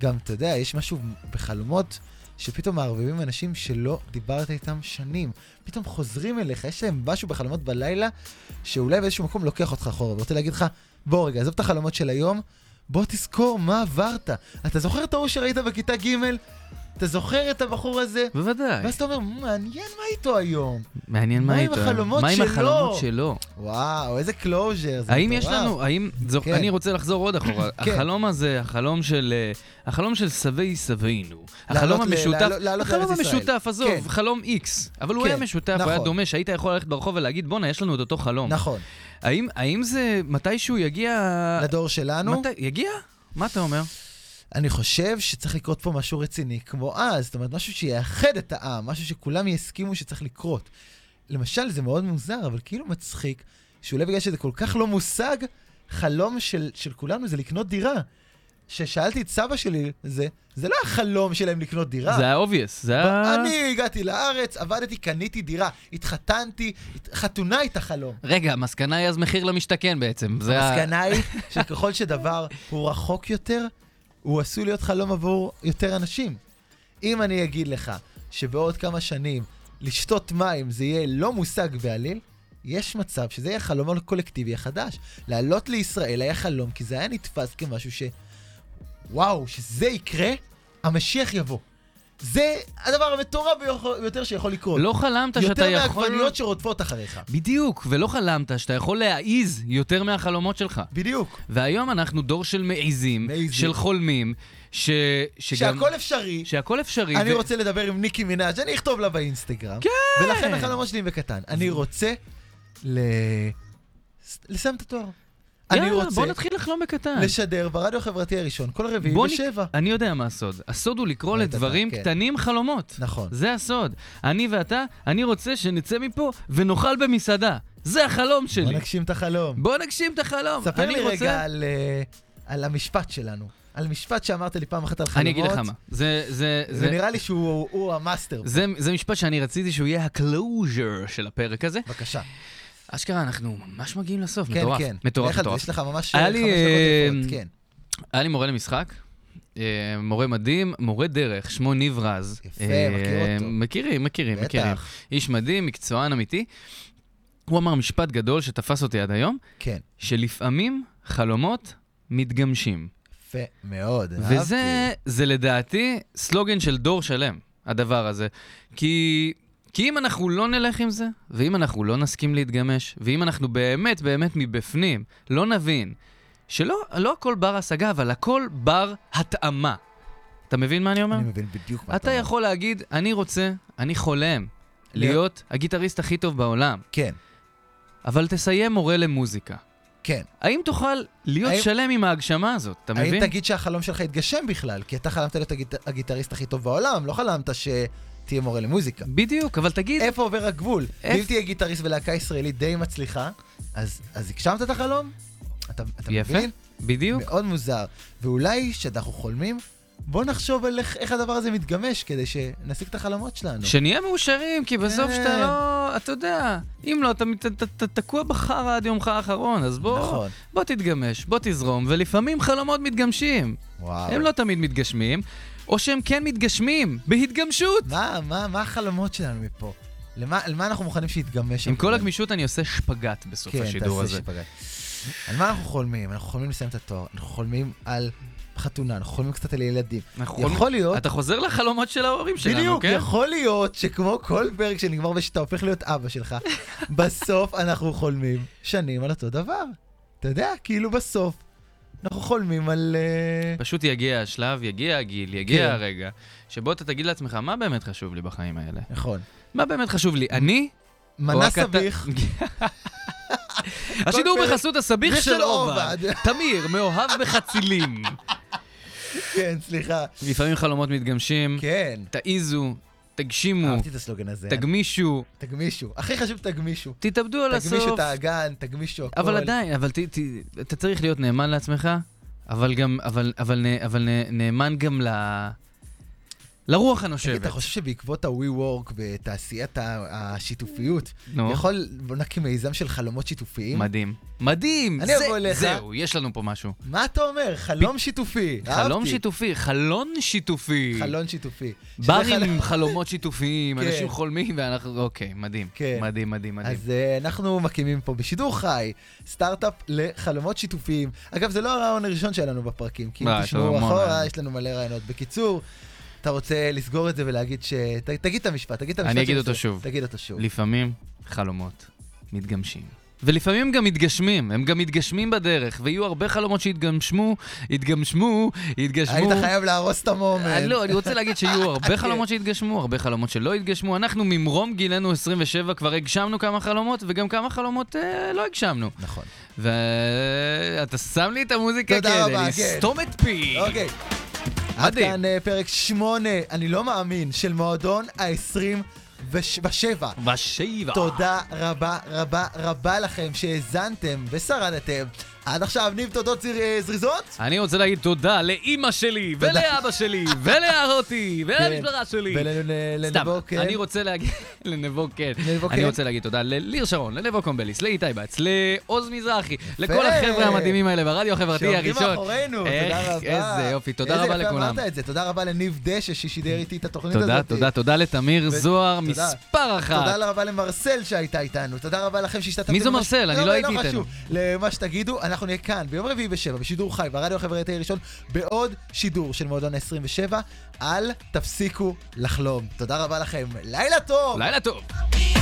Speaker 2: גם, אתה יודע, יש משהו בחלומות שפתאום מערבבים אנשים שלא דיברת איתם שנים. פתאום חוזרים אליך, יש להם משהו בחלומות בלילה, שאולי באיזשהו מקום לוקח אותך אחורה, ורוצה להגיד לך, בוא רגע, עזוב את החלומות של היום, בוא תזכור מה עברת. אתה זוכר את ההוא שראית בכיתה ג'? אתה זוכר את הבחור הזה?
Speaker 3: בוודאי.
Speaker 2: ואז אתה אומר, מעניין מה איתו היום.
Speaker 3: מעניין מה
Speaker 2: מה עם
Speaker 3: איתו.
Speaker 2: החלומות
Speaker 3: מה עם
Speaker 2: שלו?
Speaker 3: החלומות שלו?
Speaker 2: וואו, איזה קלוז'ר, זה
Speaker 3: האם יש
Speaker 2: מטורף.
Speaker 3: לנו, האם, זו,
Speaker 2: כן.
Speaker 3: אני רוצה לחזור עוד אחורה.
Speaker 2: כן.
Speaker 3: החלום הזה, החלום של, אה, החלום של סבי סבינו. החלום
Speaker 2: לעלות ל-
Speaker 3: המשותף,
Speaker 2: לעלות- לעלות
Speaker 3: החלום
Speaker 2: לארץ ישראל.
Speaker 3: המשותף,
Speaker 2: כן.
Speaker 3: עזוב, חלום איקס. אבל הוא
Speaker 2: כן,
Speaker 3: היה משותף, הוא היה
Speaker 2: נכון.
Speaker 3: דומה, שהיית יכול ללכת ברחוב ולהגיד, בואנה, יש לנו את אותו חלום.
Speaker 2: נכון,
Speaker 3: האם- האם זה מתישהו יגיע...
Speaker 2: לדור שלנו.
Speaker 3: מתי- יגיע? מה אתה אומר?
Speaker 2: אני חושב שצריך לקרות פה משהו רציני כמו אז, זאת אומרת, משהו שיאחד את העם, משהו שכולם יסכימו שצריך לקרות. למשל, זה מאוד מוזר, אבל כאילו מצחיק, שאולי בגלל שזה כל כך לא מושג, חלום של, של כולנו זה לקנות דירה. כששאלתי את סבא שלי, זה, זה לא החלום שלהם לקנות דירה.
Speaker 3: זה היה אובייס, זה היה...
Speaker 2: אה. אני הגעתי לארץ, עבדתי, קניתי דירה, התחתנתי, הת- חתונה הייתה חלום.
Speaker 3: רגע, המסקנה היא אז מחיר למשתכן בעצם. זה ה-
Speaker 2: המסקנה היא שככל שדבר הוא רחוק יותר, הוא עשוי להיות חלום עבור יותר אנשים. אם אני אגיד לך שבעוד כמה שנים לשתות מים זה יהיה לא מושג בעליל, יש מצב שזה יהיה חלום קולקטיבי החדש. לעלות לישראל היה חלום, כי זה היה נתפס כמשהו ש... וואו, שזה יקרה, המשיח יבוא. זה הדבר המטורף ביוכו- ביותר שיכול לקרות.
Speaker 3: לא חלמת שאתה
Speaker 2: יותר
Speaker 3: יכול...
Speaker 2: מהעגבניות שרודפות אחריך.
Speaker 3: בדיוק, ולא חלמת שאתה יכול להעיז יותר מהחלומות שלך.
Speaker 2: בדיוק.
Speaker 3: והיום אנחנו דור של מעיזים,
Speaker 2: מעיזים.
Speaker 3: של חולמים, ש... שגם...
Speaker 2: שהכל אפשרי,
Speaker 3: שהכל אפשרי.
Speaker 2: אני
Speaker 3: ו-
Speaker 2: רוצה לדבר עם ניקי מנאז', אני אכתוב לה באינסטגרם. כן. ולכן החלומות שלי הם בקטן. אני רוצה ל... לסיים את התואר. אני
Speaker 3: יאללה,
Speaker 2: רוצה
Speaker 3: בוא נתחיל לחלום בקטן.
Speaker 2: לשדר ברדיו החברתי הראשון, כל רביעי
Speaker 3: בוא נק-
Speaker 2: בשבע.
Speaker 3: אני יודע מה הסוד. הסוד הוא לקרוא
Speaker 2: ראית,
Speaker 3: לדברים
Speaker 2: אתה, כן.
Speaker 3: קטנים חלומות.
Speaker 2: נכון.
Speaker 3: זה הסוד. אני ואתה, אני רוצה שנצא מפה ונאכל במסעדה. זה החלום
Speaker 2: בוא
Speaker 3: שלי.
Speaker 2: נגשים את החלום.
Speaker 3: בוא נגשים את החלום.
Speaker 2: ספר
Speaker 3: אני
Speaker 2: לי
Speaker 3: רוצה-
Speaker 2: רגע על, אה, על המשפט שלנו. על משפט שאמרת לי פעם אחת על חלומות.
Speaker 3: אני אגיד לך מה. זה, זה, זה,
Speaker 2: ונראה לי שהוא הוא המאסטר.
Speaker 3: זה, זה משפט שאני רציתי שהוא יהיה הקלוז'ר של הפרק הזה.
Speaker 2: בבקשה.
Speaker 3: אשכרה, אנחנו ממש מגיעים לסוף,
Speaker 2: כן,
Speaker 3: מטורף.
Speaker 2: כן.
Speaker 3: מטורף,
Speaker 2: לך על זה,
Speaker 3: מטורף.
Speaker 2: יש לך ממש
Speaker 3: היה
Speaker 2: אה, חמש
Speaker 3: לי,
Speaker 2: דקות
Speaker 3: אה,
Speaker 2: יפות, כן.
Speaker 3: היה לי מורה למשחק, אה, מורה מדהים, מורה דרך, שמו ניב רז.
Speaker 2: יפה,
Speaker 3: אה,
Speaker 2: מכיר אותו.
Speaker 3: מכירים, מכירים, מכירים.
Speaker 2: בטח.
Speaker 3: איש מדהים, מקצוען אמיתי. הוא אמר משפט גדול שתפס אותי עד היום,
Speaker 2: כן.
Speaker 3: שלפעמים חלומות מתגמשים.
Speaker 2: יפה מאוד.
Speaker 3: וזה זה לדעתי סלוגן של דור שלם, הדבר הזה. כי, כי אם אנחנו לא נלך עם זה, ואם אנחנו לא נסכים להתגמש, ואם אנחנו באמת באמת מבפנים לא נבין שלא לא הכל בר השגה, אבל הכל בר התאמה. אתה מבין מה אני אומר?
Speaker 2: אהבתי. אני מבין בדיוק מה אתה
Speaker 3: אתה
Speaker 2: אומר.
Speaker 3: יכול להגיד, אני רוצה, אני חולם, להיות הגיטריסט הכי טוב בעולם,
Speaker 2: כן,
Speaker 3: אבל תסיים מורה למוזיקה.
Speaker 2: כן.
Speaker 3: האם תוכל להיות
Speaker 2: האם-
Speaker 3: שלם עם ההגשמה הזאת? אתה
Speaker 2: האם
Speaker 3: מבין?
Speaker 2: תגיד שהחלום שלך התגשם בכלל? כי אתה חלמת להיות הגיט... הגיטריסט הכי טוב בעולם, לא חלמת שתהיה מורה למוזיקה.
Speaker 3: בדיוק, אבל תגיד,
Speaker 2: איפה עובר הגבול?
Speaker 3: איפ-
Speaker 2: אם תהיה גיטריסט ולהקה ישראלית די מצליחה, אז, אז הגשמת את החלום? אתה, אתה
Speaker 3: יפה,
Speaker 2: מבין?
Speaker 3: בדיוק.
Speaker 2: מאוד מוזר. ואולי כשאנחנו חולמים, בוא נחשוב על איך, איך הדבר הזה מתגמש כדי שנשיג את החלומות שלנו.
Speaker 3: שנהיה מאושרים, כי בסוף
Speaker 2: כן.
Speaker 3: שאתה לא... אתה יודע, אם לא, אתה מת- ת- ת- תקוע בחרא עד יומך האחרון, אז בוא...
Speaker 2: נכון.
Speaker 3: בוא תתגמש, בוא תזרום, ולפעמים חלומות מתגמשים.
Speaker 2: וואו.
Speaker 3: הם לא תמיד מתגשמים, או שהם כן מתגשמים, בהתגמשות.
Speaker 2: מה, מה, מה החלומות שלנו מפה? למה, על מה אנחנו מוכנים שיתגמש?
Speaker 3: עם כל
Speaker 2: החלום?
Speaker 3: הגמישות אני עושה שפגאט בסוף השידור הזה.
Speaker 2: כן, תעשה שפגאט. על מה אנחנו חולמים? אנחנו חולמים לסיים את התואר, אנחנו חולמים על חתונה, אנחנו חולמים קצת על ילדים.
Speaker 3: אנחנו
Speaker 2: יכול להיות,
Speaker 3: נכון. אתה חוזר לחלומות של ההורים שלנו,
Speaker 2: בדיוק,
Speaker 3: כן?
Speaker 2: יכול להיות שכמו כל פרק שנגמר ושאתה הופך להיות אבא שלך, בסוף אנחנו חולמים שנים על אותו דבר. אתה יודע, כאילו בסוף אנחנו חולמים על... אה,
Speaker 3: פשוט יגיע השלב, יגיע הגיל, יגיע
Speaker 2: כן.
Speaker 3: הרגע, שבו אתה תגיד לעצמך, מה באמת חשוב לי בחיים האלה?
Speaker 2: נכון.
Speaker 3: מה באמת חשוב לי? אני? או
Speaker 2: מנה
Speaker 3: הקטן-
Speaker 2: סביך,
Speaker 3: השידור
Speaker 2: כל פרק-
Speaker 3: בחסות הסביך של עובד. תמיר, מאוהב בחצילים.
Speaker 2: כן, סליחה.
Speaker 3: לפעמים חלומות מתגמשים,
Speaker 2: כן,
Speaker 3: תעיזו, תגשימו,
Speaker 2: אהבתי את הסלוגן הזה.
Speaker 3: תגמישו,
Speaker 2: תגמישו. הכי חשוב, תגמישו.
Speaker 3: תתאבדו על
Speaker 2: תגמישו
Speaker 3: הסוף.
Speaker 2: את האגן, תגמישו הכול.
Speaker 3: אבל עדיין, אבל ת- ת- אתה צריך להיות נאמן לעצמך, אבל גם, אבל- אבל נ- אבל נ- נאמן גם ל- לרוח
Speaker 2: תגיד, אתה
Speaker 3: הנושבת.
Speaker 2: חושב שבעקבות ה-WeWork בתעשיית ה- השיתופיות,
Speaker 3: נו,
Speaker 2: יכול, בוא נקים מיזם של חלומות שיתופיים?
Speaker 3: מדהים. מדהים!
Speaker 2: אני
Speaker 3: זה-
Speaker 2: אבוא אליך.
Speaker 3: זהו, יש לנו פה משהו.
Speaker 2: מה אתה אומר? חלום שיתופי.
Speaker 3: חלום
Speaker 2: אהבתי.
Speaker 3: שיתופי, חלון שיתופי.
Speaker 2: חלון שיתופי. שזה
Speaker 3: ברים
Speaker 2: חלום-
Speaker 3: עם חלומות שיתופיים,
Speaker 2: כן.
Speaker 3: אנשים חולמים, ואנחנו, אוקיי, מדהים.
Speaker 2: כן.
Speaker 3: מדהים, מדהים, מדהים.
Speaker 2: אז אה, אנחנו מקימים פה בשידור חי סטארט-אפ לחלומות שיתופיים. אגב, זה לא הרעיון הראשון שלנו בפרקים, כי אם
Speaker 3: אה, יש לנו
Speaker 2: תשמעו
Speaker 3: המון
Speaker 2: אחורה,
Speaker 3: רעיונות.
Speaker 2: יש לנו מלא רעיונות. בקיצור, אתה רוצה לסגור את זה ולהגיד ש... ת- תגיד את המשפט, תגיד את
Speaker 3: אני
Speaker 2: המשפט.
Speaker 3: אגיד
Speaker 2: שאתה
Speaker 3: אותו
Speaker 2: רוצה.
Speaker 3: שוב.
Speaker 2: תגיד אותו שוב.
Speaker 3: לפעמים חלומות מתגמשים. ולפעמים גם מתגשמים, הם גם מתגשמים בדרך, ויהיו הרבה חלומות שהתגמשמו, התגמשמו, התגשמו.
Speaker 2: היית חייב כן. להרוס את המומנט.
Speaker 3: אה, לא, אני רוצה להגיד שיהיו הרבה חלומות שהתגשמו, הרבה חלומות שלא התגשמו. אנחנו ממרום גילנו 27 כבר הגשמנו כמה חלומות, וגם כמה חלומות אה, לא הגשמנו.
Speaker 2: נכון.
Speaker 3: ואתה שם לי את המוזיקה
Speaker 2: תודה
Speaker 3: כדי
Speaker 2: רבה, כן.
Speaker 3: לסתום את פי.
Speaker 2: אוקיי. עד
Speaker 3: מדהים.
Speaker 2: כאן אה, פרק 8, אני לא מאמין, של מועדון ה-20 וש- בשבע.
Speaker 3: בשבע.
Speaker 2: תודה רבה רבה רבה לכם שהאזנתם ושרדתם. עד עכשיו, ניב תודות זר- אה, זריזות?
Speaker 3: אני רוצה להגיד תודה לאימא שלי,
Speaker 2: תודה. כן.
Speaker 3: ולאבא שלי, ולאחותי, ולמשפחה אה, שלי. סתם,
Speaker 2: ולנבו, כן.
Speaker 3: אני רוצה להגיד, לנבו כן,
Speaker 2: לנבו כן.
Speaker 3: אני רוצה להגיד תודה לליר שרון, לנבו קומבליס, לאיתי בץ, לעוז מזרחי, לכל
Speaker 2: יפה.
Speaker 3: החבר'ה המדהימים האלה ברדיו החברתי
Speaker 2: שעומדים
Speaker 3: הראשון.
Speaker 2: מאחורינו, תודה
Speaker 3: איך,
Speaker 2: רבה.
Speaker 3: איזה יופי, תודה רבה
Speaker 2: איזה יפה
Speaker 3: לכולם.
Speaker 2: אמרת את זה, תודה רבה לניב דשא ששידר איתי את התוכנית הזאת.
Speaker 3: תודה, תודה, תודה לתמיר
Speaker 2: ו-
Speaker 3: זוהר,
Speaker 2: תודה.
Speaker 3: מספר אחת.
Speaker 2: תודה רבה למרסל שהייתה איתנו, תודה רבה לכם שהשתתפתם.
Speaker 3: מי זו
Speaker 2: במה-
Speaker 3: מרסל? אני לא הייתי
Speaker 2: לא
Speaker 3: איתנו.
Speaker 2: חשוב, למה שתגידו, אנחנו נהיה כאן ביום רביעי בשבע, בשידור חי, ברדיו החברתי הראשון, בעוד שידור של מועדון ה-27. אל תפסיקו לחלום. תודה רבה לכם, לילה טוב!
Speaker 3: לילה טוב.
Speaker 7: Be